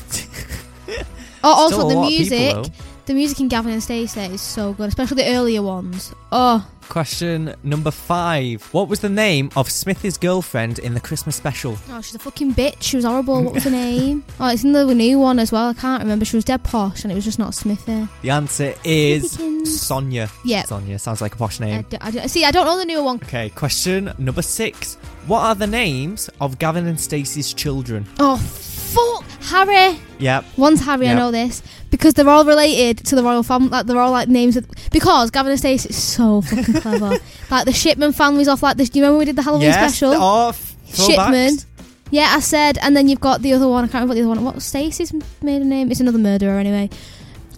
oh, also Still a the lot of people, music. though. the music in Gavin and Stacey is so good, especially the earlier ones. Oh, Question number five. What was the name of Smithy's girlfriend in the Christmas special? oh, she's a fucking bitch. She was horrible. What was her name? Oh, it's in the new one as well. I can't remember. She was dead posh, and it was just not Smithy. The answer is Dickens. Sonia. Yeah. Uh, Sonia sounds like a posh name. I d- I d- see, I don't know the newer one. Okay, question number six. What are the names of Gavin and Stacey's children? Oh, fuck, Harry. Yep. One's Harry, Yep. I know this because they're all related to the royal family. Like they're all like names. Of, because Gavin and Stacey is so fucking clever. like the Shipman family's off. Like this. Do you remember when we did the Halloween yes. oh, special? Off. Shipman. Yeah, I said. And then you've got the other one. I can't remember what the other one. What was Stacey's maiden name? It's another murderer anyway.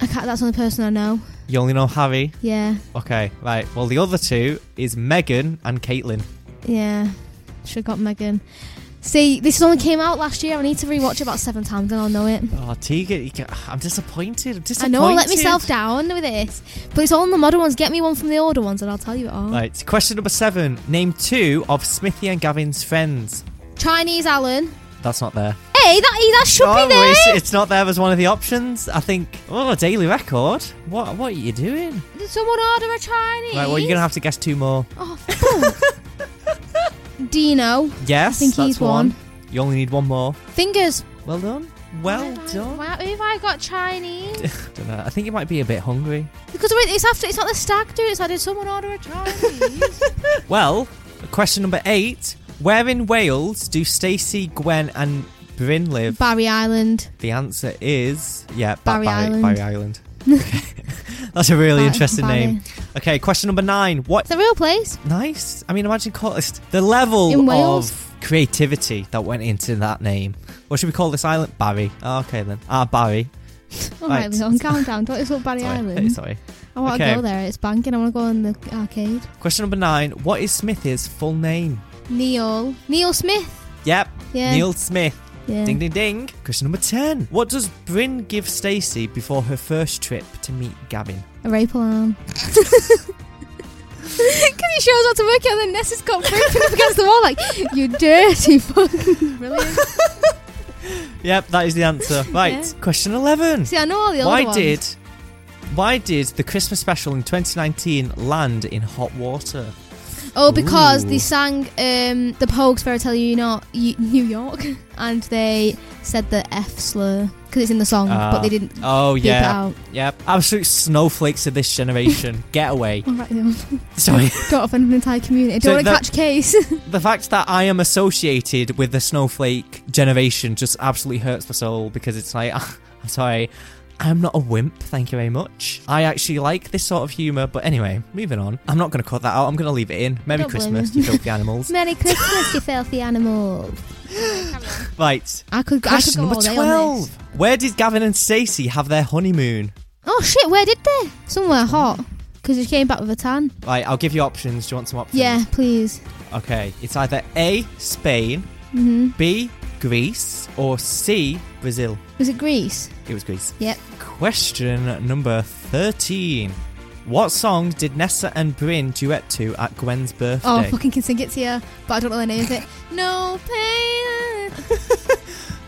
I can't. That's the only person I know. You only know Harry. Yeah, Okay, right. Well, the other two is Megan and Caitlin. yeah. Should have got Megan. See, this only came out last year. I need to rewatch it about seven times, and I'll know it. Oh, Tegan, you ca- I'm disappointed. I'm I disappointed. know I let myself down with this, but it's all in the modern ones. Get me one from the older ones, and I'll tell you it all. Right. Question number seven. Name two of Smithy and Gavin's friends. Chinese Alan. That's not there. Hey, that that should Oh, be there. It's, it's not there as one of the options. I think. Oh, daily record. What? What are you doing? Did someone order a Chinese? Right. Well, you're gonna have to guess two more. Oh, fuck. Dino. Yes, I think that's he's one. You only need one more. Fingers. Well done. Well Why- done. Why who have I got Chinese? Dunno, I think you might be a bit hungry. because wait, it's after. It's not the stag do. It's like did someone order a Chinese? Well, question number eight. Where in Wales do Stacey, Gwen, and Bryn live? Barry Island. the answer is yeah, Ba- Barry Island. Barry Island. Okay. That's a really Ba- interesting Barry. name. Okay, question number nine. What It's a real place. nice? I mean, imagine call- it's the level In Wales? of creativity that went into that name. What should we call this island? Barry. Oh, okay then. Ah, Barry. All right, Right. Leon, calm down. Don't insult Barry Sorry. Island. Sorry. I want to Okay. go there. It's banking. I want to go in the arcade. Question number nine. What is Smithy's full name? Neil. Neil Smith. Yep. Yeah. Neil Smith. Yeah. Ding ding ding. Mm. Question number 10. What does Bryn give Stacey before her first trip to meet Gavin? A rape alarm. Because he shows up to work out, and then Nessa's got raping up against the wall, like, you dirty fucking. Brilliant. Yep, that is the answer. Right. Yeah. Question 11. See, I know all the other Why ones. did why did the Christmas special in 2019 land in hot water? Oh, because Ooh. they sang um, the Pogues' Fairy Tale You Not you, New York, and they said the F slur because it's in the song, Ah. but they didn't. Oh Beep it yeah. out. Yep. Absolute snowflakes of this generation. Get away. All right, Leon. Sorry. Don't offend an entire community. So Don't want to that- catch case. the fact that I am associated with the snowflake generation just absolutely hurts my soul because it's like, I'm sorry, I'm not a wimp, thank you very much. I actually like this sort of humour, but anyway, moving on. I'm not going to cut that out, I'm going to leave it in. Merry Don't blame Christmas, you. you filthy animals. Merry Christmas, you filthy animal. right. I could, I could Question go number all day on this. 12. Where did Gavin and Stacey have their honeymoon? Oh shit, where did they? Somewhere hot. Because you came back with a tan. Right, I'll give you options. Do you want some options? Yeah, please. Mm-hmm. Okay, it's either A, Spain, B, Greece, or C, Brazil? Was it Greece? It was Greece. Yep. Question number 13. What song did Nessa and Bryn duet to at Gwen's birthday? Oh, I fucking can sing it to you, but I don't know the name of it. No pain.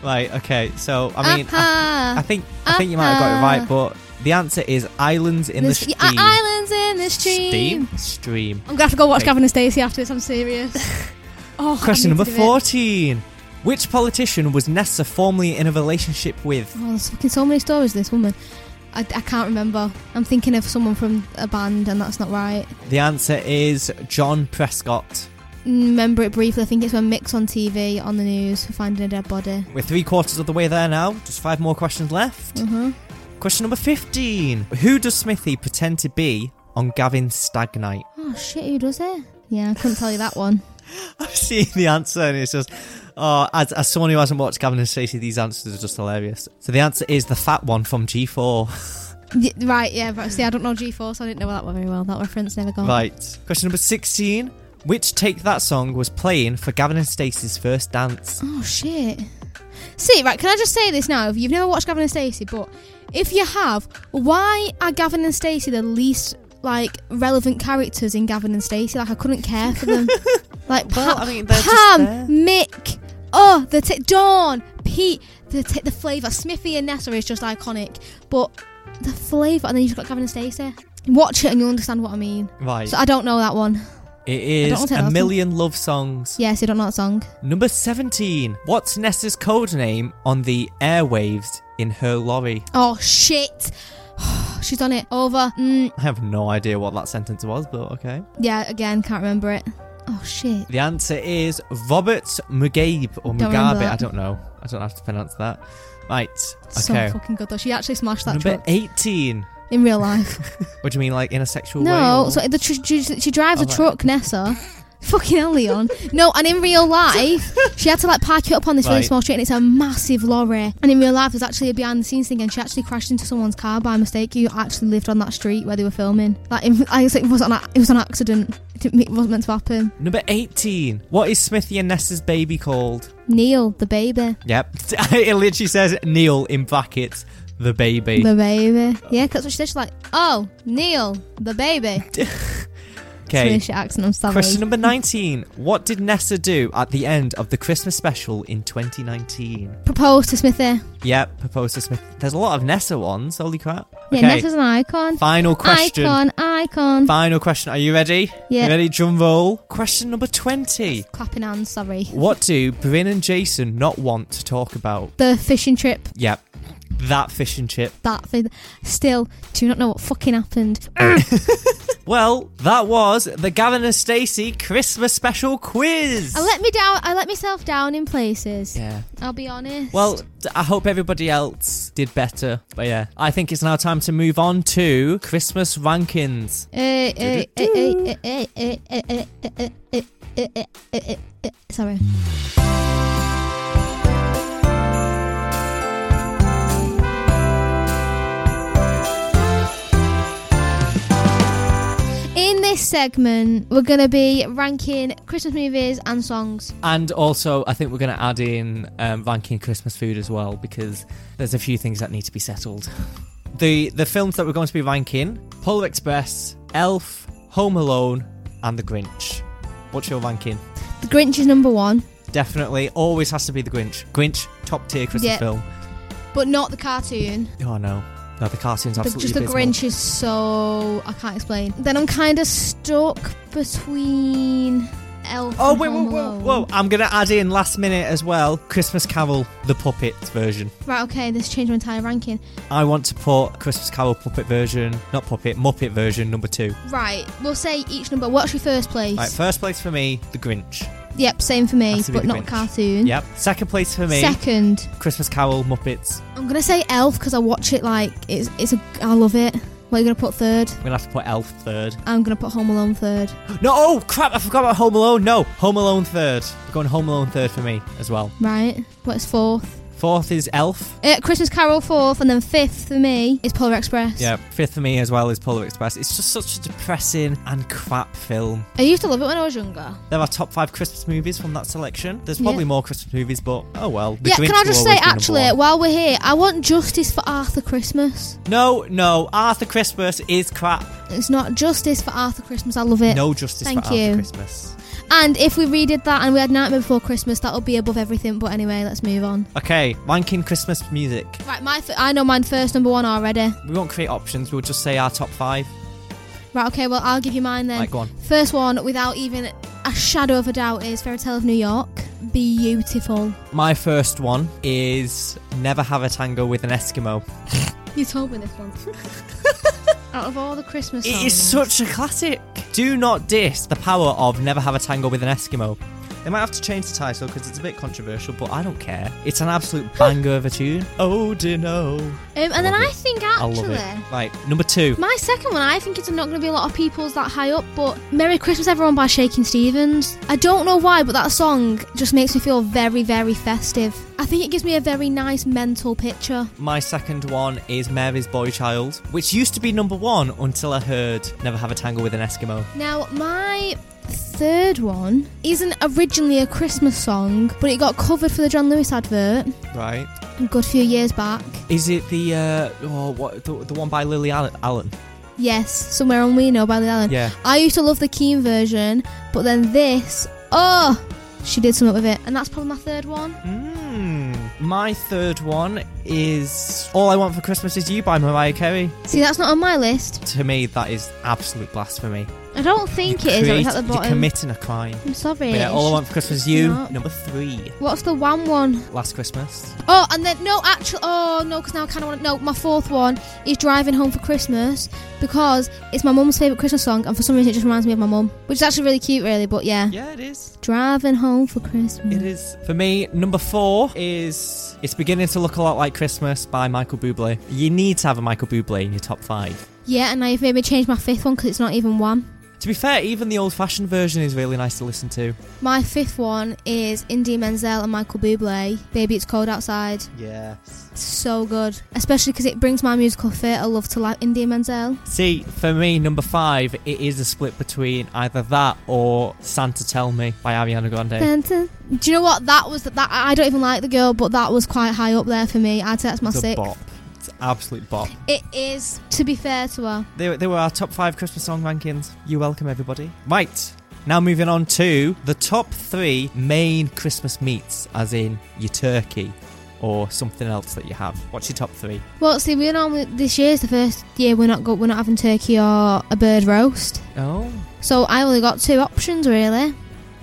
Right, okay. So, I mean, I, Ah-ha. I think I think you might have got it right, Ah. but the answer is Islands in the, This- Stream. yeah, uh, islands in the stream. Steam? Stream. I'm gonna have to go watch Hey. Gavin and Stacey after this. I'm serious. oh, I Question need number to do it. 14. Which politician was Nessa formerly in a relationship with? Oh, there's fucking so many stories. This woman, I, I can't remember. I'm thinking of someone from a band, and that's not right. The answer is John Prescott. Mm, Remember it briefly. I think it's when Mick's on TV on the news for finding a dead body. We're three quarters of the way there now. Just five more questions left. Uh-huh. Question number 15. Who does Smithy pretend to be on Gavin's Stag Night? Oh shit, who does it? Yeah, I couldn't tell you that one. I've seen the answer and it's just, oh, as, as someone who hasn't watched Gavin and Stacey, these answers are just hilarious. So the answer is the fat one from G4. Y- right, yeah, but see, I don't know G4, so I didn't know that one very well. That reference never got. Right. Question number 16. Which Take That song was playing for Gavin and Stacey's first dance? Oh shit. See, right, can I just say this now? If you've never watched Gavin and Stacey, but if you have, why are Gavin and Stacey the least like relevant characters in Gavin and Stacey? Like I couldn't care for them. like Well, Pam, I mean, they're just Pam there. Mick, oh, the t- Dawn, Pete, the t- the flavour. Smithy and Nessa is just iconic, but the flavour, and then you've got Gavin and Stacey. Watch it and you'll understand what I mean. Right. So I don't know that one. it I is don't want to take A that Million Love Songs. Yes, I don't know that song. Number 17. What's Nessa's code name on the airwaves in her lorry? Oh shit. She's done it. Over. Mm, I have no idea what that sentence was, but okay. yeah, again, can't remember it. Oh shit. The answer is Robert Mugabe or Don't Mugabe. remember I that. don't know. I don't have to pronounce that. Right. So Okay. fucking good though. She actually smashed that Number truck 18. in real life. What do you mean, like in a sexual way? no, or- so the tr- she, she drives Oh, a right. truck, Nessa. fucking hell, Leon. No, and in real life, she had to like park it up on this really Right. small street, and it's a massive lorry. And in real life, there's actually a behind the scenes thing, and she actually crashed into someone's car by mistake. Who actually lived on that street where they were filming. Like, in, I guess it was on. It was an accident. It, didn't, it wasn't meant to happen. Number 18. What is Smithy and Nessa's baby called? Neil, the baby. Yep. it literally says Neil in brackets, the baby. The baby. Yeah, 'cause that's what she did. She's like, oh, Neil, the baby. okay. British accent, I'm sorry. Question number 19. What did Nessa do at the end of the Christmas special in 2019? Proposed to Smithy. Yep, proposed to Smith. There's a lot of Nessa ones. Holy crap. Yeah, Nessa's an icon. Final question. Icon, icon. Final question. Are you ready? Yeah. You ready? Drum roll. Question number 20. Clapping hands, sorry. What do Bryn and Jason not want to talk about? The fishing trip, Yep. That fish and chip. that thing. Still, do not know what fucking happened. Well, that was the Gavin and Stacey Christmas special quiz. I let me down. I let myself down in places. yeah. I'll be honest. Well, d- I hope everybody else did better. But yeah, I think it's now time to move on to Christmas rankings. Eh, eh, eh, eh, eh, eh, eh, eh, eh, eh, eh, eh, eh, eh, eh, eh, Sorry. In this segment, we're going to be ranking Christmas movies and songs. And also, I think we're going to add in um, ranking Christmas food as well because there's a few things that need to be settled. the the films that we're going to be ranking: Polar Express, Elf, Home Alone, and The Grinch. What's your ranking? The Grinch is number one, Definitely, always has to be The Grinch. Grinch, top tier Christmas Yeah. film. but not the cartoon. Oh no, no, the cartoon's The, absolutely just the abysmal. Grinch is so I can't explain. Then I'm kind of stuck between Elf. Oh and wait, whoa, Home whoa, Alone. whoa! I'm gonna add in last minute as well. Christmas Carol, the puppet version. Right, okay, this changed my entire ranking. I want to put Christmas Carol puppet version, not puppet, Muppet version number two. Right, we'll say each number. What's your first place? Right, first place for me, The Grinch. yep, same for me, Has to be but the not Grinch. cartoon. Yep. Second place for me, Second, Christmas Carol, Muppets. I'm gonna say Elf because I watch it like it's it's a I love it. What are you gonna put third? I'm gonna have to put Elf third. I'm gonna put Home Alone third. No, oh crap! I forgot about Home Alone. No, Home Alone third. We're going Home Alone third for me as well. Right, what's fourth? Fourth is Elf. Uh, Christmas Carol fourth, and then fifth for me is Polar Express. Yeah. Fifth for me as well is Polar Express. It's just such a depressing and crap film. I used to love it when I was younger. There are top five Christmas movies from that selection. There's Yeah. probably more Christmas movies, but oh well. The yeah, Grinch can I will just always be say, number actually, one. while we're here, I want justice for Arthur Christmas. No, no. Arthur Christmas is crap. It's not justice for Arthur Christmas. I love it. No justice Thank for you. Arthur Christmas. And if we redid that and we had Nightmare Before Christmas, that would be above everything. But anyway, let's move on. Okay, ranking Christmas music. Right, my f- I know mine first, number one already. We won't create options. We'll just say our top five. Right, okay, well, I'll give you mine then. Right, go on. First one, without even a shadow of a doubt, is Fairy Tale of New York. Beautiful. My first one is Never Have a Tango with an Eskimo. You told me this one. Out of all the Christmas songs, It is such a classic. Do not diss the power of Never Have a Tango with an Eskimo. They might have to change the title because it's a bit controversial, but I don't care. It's an absolute banger of a tune. Oh, dear no. Um, and then love I it. think I love actually, it. Right, number two. my second one, I think it's not going to be a lot of people's that high up, but Merry Christmas Everyone by Shaking Stevens. I don't know why, but that song just makes me feel very, very festive. I think it gives me a very nice mental picture. My second one is Mary's Boy Child, which used to be number one until I heard Never Have a Tango with an Eskimo. Now, my third one isn't originally a Christmas song, but it got covered for the John Lewis advert Right. a good few years back. Is it the uh, oh, what the, the one by Lily Allen? Allen? Yes, somewhere on We Know by Lily Allen. Yeah. I used to love the Keen version, but then this, oh, she did something with it, and that's probably my third one. Mm. My third one is All I Want for Christmas Is You by Mariah Carey. See, that's not on my list. To me, that is absolute blasphemy. I don't think it is. It's at the you're bottom. committing a crime. I'm sorry. But yeah, All I Want for Christmas Is You, not. number three. What's the one one? Last Christmas. Oh, and then no, actually, oh no, because now I kind of want to. No, my fourth one is driving home for Christmas because it's my mum's favorite Christmas song, and for some reason it just reminds me of my mum, which is actually really cute, really. But yeah, Yeah, it is. driving home for Christmas. It is for me. Number four is "It's Beginning to Look a Lot Like Christmas" by Michael Bublé. You need to have a Michael Bublé in your top five. Yeah, and now you've made me change my fifth one because it's not even one. To be fair, even the old-fashioned version is really nice to listen to. My fifth one is Indie Menzel and Michael Bublé. Baby, it's cold outside. Yes. It's so good, especially because it brings my musical theatre love to life. Indie Menzel. See, for me, number five, it is a split between either that or "Santa Tell Me" by Ariana Grande. Santa. Do you know what? That was that. I don't even like the girl, but that was quite high up there for me. I'd say that's my It's a sixth. bop. It's an absolute bop. It is. To be fair to her, They, they were our top five Christmas song rankings. You're welcome, everybody. Right. Now moving on to the top three main Christmas meats, as in your turkey or something else that you have. What's your top three? well, see, we're normally this year's the first year we're not go, we're not having turkey or a bird roast. Oh. So I only got two options really.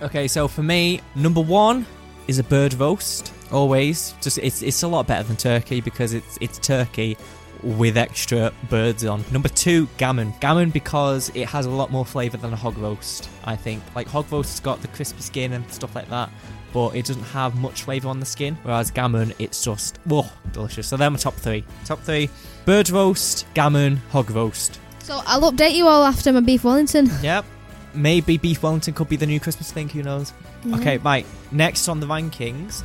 Okay, so for me, number one is a bird roast. Always. Just it's it's a lot better than turkey because it's it's turkey with extra birds on. Number two, gammon. Gammon because it has a lot more flavour than a hog roast, I think. Like hog roast's got the crispy skin and stuff like that. But it doesn't have much flavour on the skin, whereas gammon, it's just oh delicious. So they're my top three. Top three: bird roast, gammon, hog roast. So I'll update you all after my beef Wellington. Yep. Maybe beef Wellington could be the new Christmas thing. Who knows? Okay, Mike. Next on the rankings,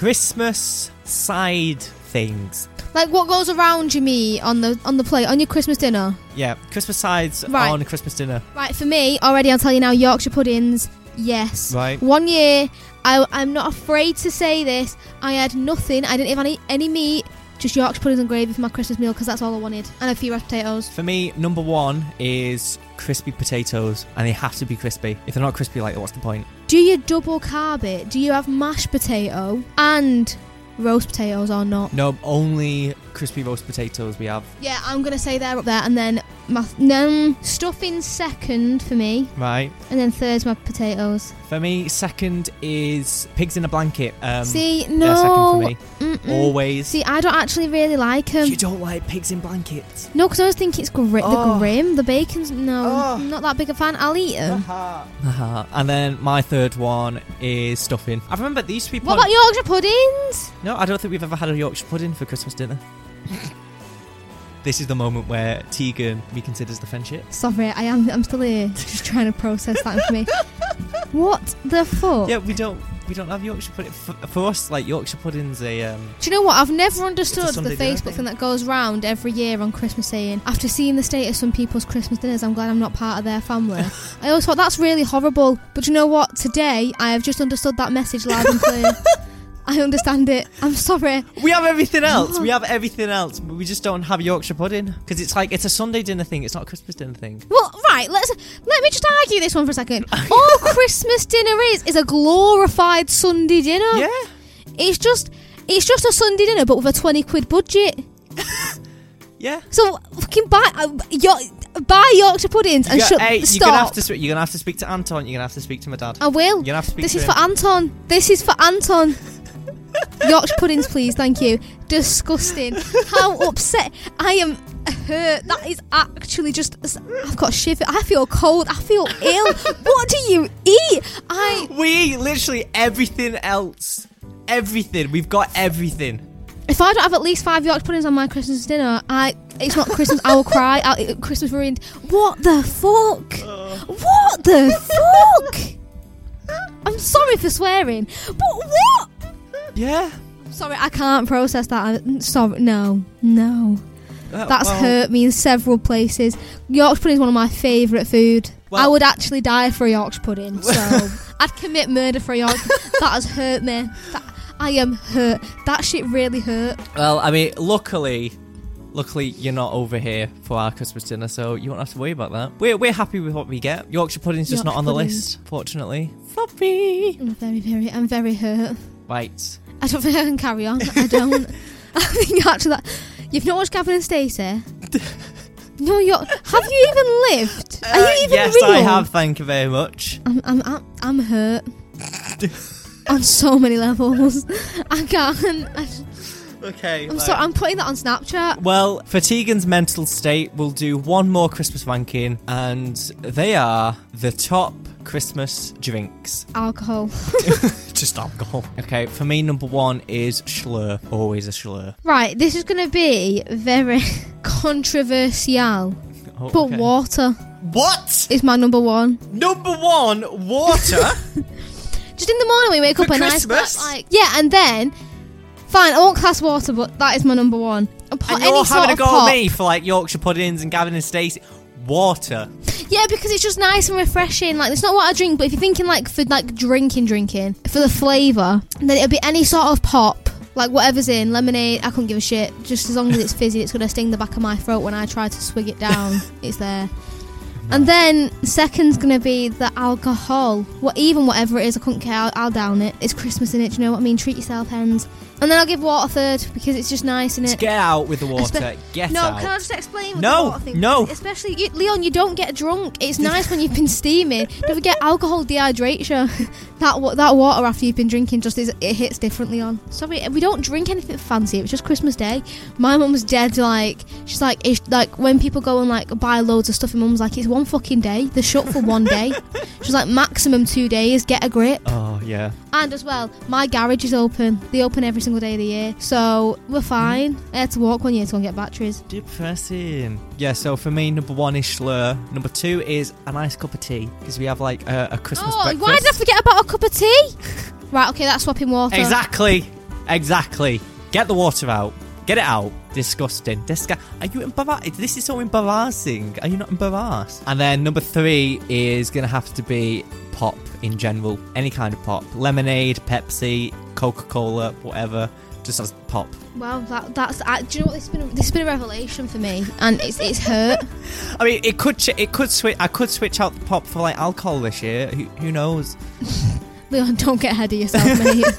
Christmas side things. Like what goes around you, me on the on the plate on your Christmas dinner. Yeah, Christmas sides Right. on Christmas dinner. Right for me already. I'll tell you now. Yorkshire puddings. Yes. Right. One year, I, I'm not afraid to say this. I had nothing. I didn't have any, any meat. Just Yorkshire puddings and gravy for my Christmas meal because that's all I wanted, and a few mashed potatoes. For me, number one is crispy potatoes, and they have to be crispy. If they're not crispy, like, what's the point? Do you double carb it? Do you have mashed potato and roast potatoes or not? No, only crispy roast potatoes we have. Yeah, I'm gonna say they're up there, and then my um, stuffing second for me, Right. and then third's my potatoes. For me, second is pigs in a blanket. Um, See, they're no, second for me. Mm-mm. Always. see, um, I don't actually really like them. you don't like pigs in blankets. No, because I always think it's gri- Oh. the grim, the bacon's no, Oh. not that big a fan. I'll eat them. Uh-huh. And then my third one is stuffing. I remember these three. What about Yorkshire puddings? No, I don't think we've ever had a Yorkshire pudding for Christmas dinner. this is the moment where Tegan reconsiders the friendship. Sorry, I am. I'm still here, just trying to process that information. What the fuck? Yeah, we don't we don't have Yorkshire pudding. For, for us, like Yorkshire pudding's a um, Do you know what? I've never It's a understood the Sunday dinner thing. Facebook thing that goes round every year on Christmas saying, after seeing the state of some people's Christmas dinners, I'm glad I'm not part of their family. I always thought that's really horrible. But do you know what? Today, I have just understood that message loud and clear. I understand it. I'm sorry. We have everything else. We have everything else, but we just don't have Yorkshire pudding because it's like it's a Sunday dinner thing. It's not a Christmas dinner thing. Well, right. Let's let me just argue this one for a second. All Christmas dinner is is a glorified Sunday dinner. Yeah, It's just it's just a Sunday dinner, but with a twenty quid budget. yeah. So fucking buy uh, your, buy Yorkshire puddings and You're- shut hey, You're stop. gonna have to speak. You're gonna have to speak to Anton. You're gonna have to speak to my dad. I will. You're gonna have to speak This to is him. for Anton. This is for Anton. Yorkshire puddings, please. Thank you. Disgusting. How upset. I am hurt. That is actually just. I've got shiver. I feel cold. I feel ill. what do you eat? I. We eat literally everything else. Everything. We've got everything. If I don't have at least five Yorkshire puddings on my Christmas dinner, I. It's not Christmas. I will cry. I, it- Christmas ruined. What the fuck? What the fuck? I'm sorry for swearing, but what? Yeah. Sorry, I can't process that. I- Sorry, no, no. Uh, That's well, hurt me in several places. Yorkshire pudding is one of my favourite food. Well- I would actually die for a Yorkshire pudding, so I'd commit murder for a Yorkshire. that has hurt me. That, I am hurt. That shit really hurt. Well, I mean, luckily, luckily you're not over here for our Christmas dinner, so you won't have to worry about that. We're we're happy with what we get. Yorkshire pudding's just not Yorkshire on the pudding. list, fortunately. Floppy. I'm very, very, I'm very hurt. Right. I don't think I can carry on. I don't. I think actually that you've not watched Gavin and Stacey. No, you're. Have you even lived? Are Uh, you even yes, real? I have. Thank you very much. I'm, I'm, I'm, I'm hurt on so many levels. I can't. I, Okay. am sorry. I'm putting that on Snapchat. Well, for Tegan's mental state, we'll do one more Christmas ranking, and they are the top Christmas drinks. Alcohol. Just alcohol. Okay, for me, number one is Schlur. Always a Schlur. Right. This is gonna be very controversial, Oh, but okay. water What? is my number one. Number one, water? Just in the morning, we wake For up and I Christmas? like yeah, and then fine. I won't class water, but that is my number one. A pot- and you're any having sort a of go pop. at me for like Yorkshire puddings and Gavin and Stacey. Water. Yeah, because it's just nice and refreshing. Like, it's not what I drink, but if you're thinking like for like drinking, drinking for the flavour, then it'll be any sort of pop, like whatever's in lemonade. I couldn't give a shit. Just as long as it's fizzy, it's gonna sting the back of my throat when I try to swig it down. it's there. And then second's gonna be the alcohol. What even whatever it is, I couldn't care. I'll, I'll down it. It's Christmas in it. Do you know what I mean? Treat yourself, hens. And then I'll give water third because it's just nice in it. Get out with the I spe- water. Get no, out. can I just explain? What No, the water thing- no. Especially you, Leon, you don't get drunk. It's nice when you've been steaming. Don't forget, alcohol dehydrates you. that wa- that water after you've been drinking just is it hits differently on. Sorry, we don't drink anything fancy. It was just Christmas Day. My mum's dead. Like she's like it's like when people go and like buy loads of stuff. And mum's like it's one fucking day. They're shut for one day. She's like maximum two days. Get a grip. Oh, yeah. And as well, my garage is open. They open every single day of the year, so we're Mm-hmm. fine. I had to walk one year to go and get batteries. Depressing. Yeah, so for me, number one is Schlur. Number two is a nice cup of tea because we have like a, a Christmas Oh, breakfast. why did I forget about a cup of tea? right, okay, that's swapping water. Exactly. Exactly. Get the water out. Get it out. Disgusting. Disgu- Are you embarrassed? This is so embarrassing. Are you not embarrassed? And then number three is going to have to be pop in general. Any kind of pop. Lemonade, Pepsi, Coca Cola, whatever. Just as pop. Wow, that, that's. I, do you know what? This has been a, this has been a revelation for me, and it's it's hurt. I mean, it could ch- it could switch. I could switch out the pop for like alcohol this year. Who, who knows? Leon, don't get ahead of yourself, mate.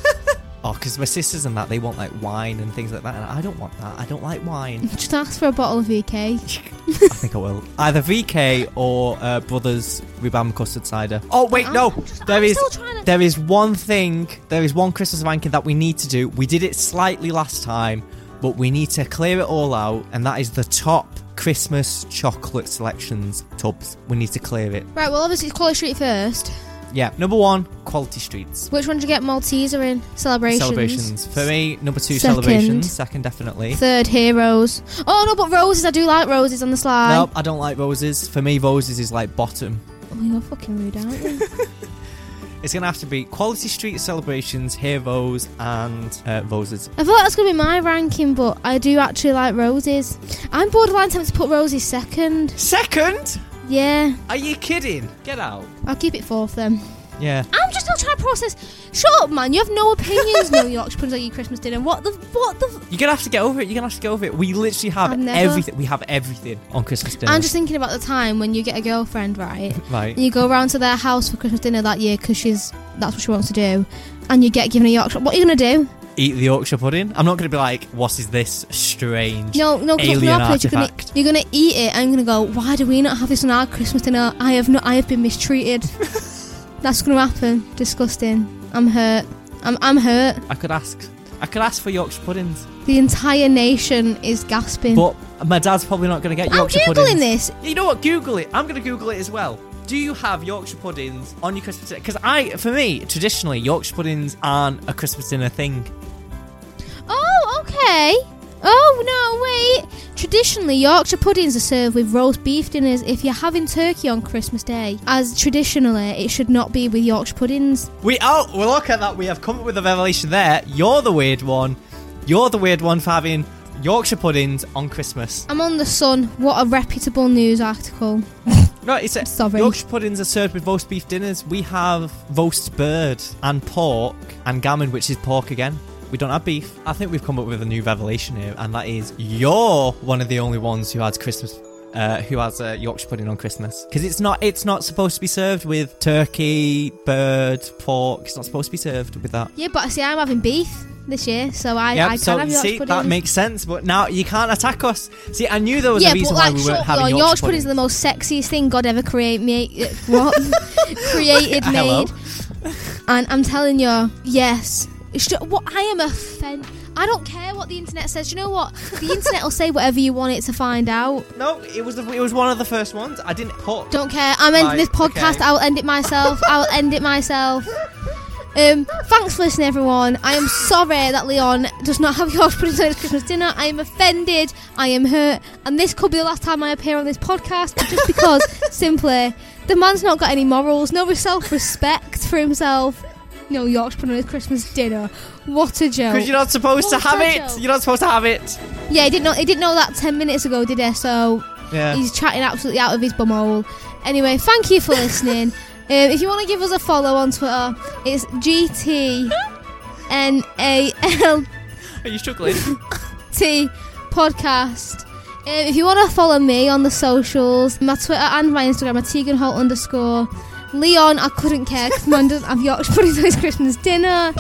Oh, because my sisters and that they want like wine and things like that, and I don't want that. I don't like wine. Just ask for a bottle of VK. I think I will. Either VK or uh, Brothers Rhubarb and Custard Cider. Oh wait, I'm- no. I'm just- There I'm is still trying to- there is one thing. There is one Christmas ranking that we need to do. We did it slightly last time, but we need to clear it all out, and that is the top Christmas chocolate selections tubs. We need to clear it. Right, well, obviously it's Quality Street first. Yeah. Number one, Quality Streets. Which one did you get Malteser in? Celebrations. Celebrations for me. Number two, Second. celebrations. Second, definitely. Third, Heroes. Oh no, but roses. I do like roses on the slide. Nope, I don't like roses. For me, roses is like bottom. Oh, you're fucking rude, aren't you? It's going to have to be Quality Street Celebrations, Heroes, and uh, Roses. I thought that's gonna be my ranking, but I do actually like Roses. I'm borderline tempted to put Roses second. Second? Yeah, Are you kidding? Get out. I'll keep it fourth then. Yeah. I'm just still trying to process. Shut up, man! You have no opinions. New York puts on your Christmas dinner. What the? What the? You're gonna have to get over it. You're gonna have to get over it. We literally have I've never- everything. We have everything on Christmas dinner. I'm just thinking about the time when you get a girlfriend, right? right. And you go round to their house for Christmas dinner that year because she's that's what she wants to do, and you get given a Yorkshire. What are you gonna do? Eat the Yorkshire pudding. I'm not gonna be like, what is this strange? No, no, because Alien you're gonna artifact. you're gonna eat it and you're gonna go. Why do we not have this on our Christmas dinner? I have not. I have been mistreated. that's gonna happen. Disgusting. I'm hurt. I'm I'm hurt. I could ask. I could ask for Yorkshire puddings, The entire nation is gasping. but my dad's probably not gonna get Mm. I'm Yorkshire googling puddings. this. You know what? Google it. I'm going to Google it as well. Do you have Yorkshire puddings on your Christmas dinner? Because I, for me, traditionally, Yorkshire puddings aren't a Christmas dinner thing. Oh, okay. Oh, no, wait. Traditionally, Yorkshire puddings are served with roast beef dinners if you're having turkey on Christmas Day. As traditionally, it should not be with Yorkshire puddings. We oh, well, look at that. We have come up with a revelation there. You're the weird one. You're the weird one for having Yorkshire puddings on Christmas. I'm on The Sun. What a reputable news article. No, it's a, Sorry. Yorkshire puddings are served with roast beef dinners. We have roast bird and pork and gammon, which is pork again. We don't have beef. I think we've come up with a new revelation here, and that is you're one of the only ones who has Christmas. Uh, who has a Yorkshire pudding on Christmas? Because it's not it's not supposed to be served with turkey, bird, pork. It's not supposed to be served with that. Yeah, but see, I'm having beef this year, so I, I Yeah, can so have you Yorkshire see puddings. that makes sense, but now you can't attack us. See, I knew there was yeah, a but reason like, why we shut weren't up, having Yorkshire, Yorkshire, puddings are the most sexiest thing God ever create, me, uh, what? created, Hello. made. And I'm telling you, yes. Sh- What I am offended. I don't care what the internet says. You know what? The internet will say whatever you want it to find out. No, it was the, it was one of the first ones. I didn't put. Don't care. I'm ending Right, this podcast. okay. I'll end it myself. I'll end it myself. Um, thanks for listening, everyone. I am sorry that Leon does not have your pudding on his Christmas dinner. I am offended. I am hurt, and this could be the last time I appear on this podcast, just because simply the man's not got any morals, no self-respect for himself. No Yorkshire pudding on his Christmas dinner. What a joke! Because you're not supposed to What a have it. joke. You're not supposed to have it. yeah, he didn't know. He didn't know that ten minutes ago, did he? So Yeah. He's chatting absolutely out of his bumhole. Anyway, thank you for listening. um, if you want to give us a follow on Twitter, it's GTNALT Are you struggling? podcast. Um, if you want to follow me on the socials, my Twitter and my Instagram are Tegan Holt underscore. Leon, I couldn't care because man doesn't have Yorkshire pudding on his Christmas dinner.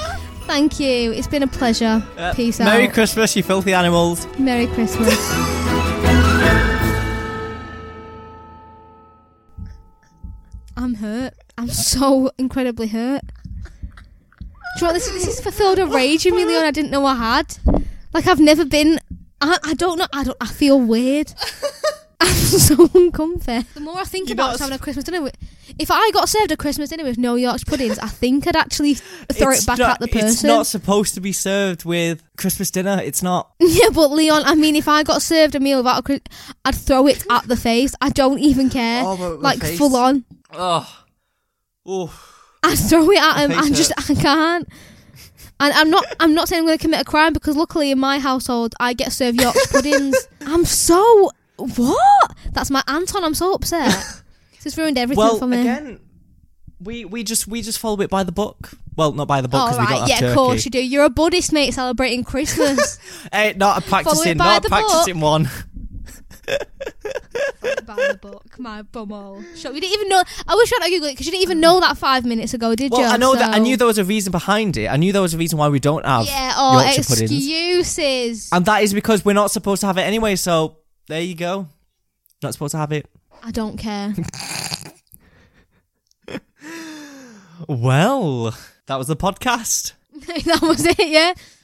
Thank you. It's been a pleasure. Uh, Peace Merry out. Christmas, you filthy animals. Merry Christmas. I'm hurt. I'm so incredibly hurt. Do you know what this, this is fulfilled a rage in me, Leon. I didn't know I had. Like I've never been. I, I don't know. I don't. I feel weird. I'm so uncomfy. The more I think You're about not s- us having a Christmas dinner, with, if I got served a Christmas dinner with no Yorkshire puddings, I think I'd actually throw It's it back not- at the person. It's not supposed to be served with Christmas dinner. It's not. Yeah, but Leon, I mean, if I got served a meal without a cri- I'd throw it at the face. I don't even care. Oh, but the like face- full on, Oh. Oh. I'd throw it at him. face I just, I can't. And I'm not, I'm not saying I'm going to commit a crime because luckily in my household I get served Yorkshire puddings. I'm so what? That's my Anton. I'm so upset. this has ruined everything Well, for me. again, we we just we just follow it by the book. Well, not by the book All because we right, don't have yeah, turkey. of course you do. You're a Buddhist mate celebrating Christmas. Eh, not a practicing, by not a the book. practicing one. By the book, my bumhole. Sure, you didn't even know. I wish I'd not Google it because you didn't even know that five minutes ago, did Well, you? I know that I So- knew there was a reason behind it. I knew there was a reason why we don't have Yeah, oh, or Yorkshire puddings, excuses. and that is because we're not supposed to have it anyway. So there you go. Not supposed to have it. I don't care. Well, that was the podcast. that was it, yeah?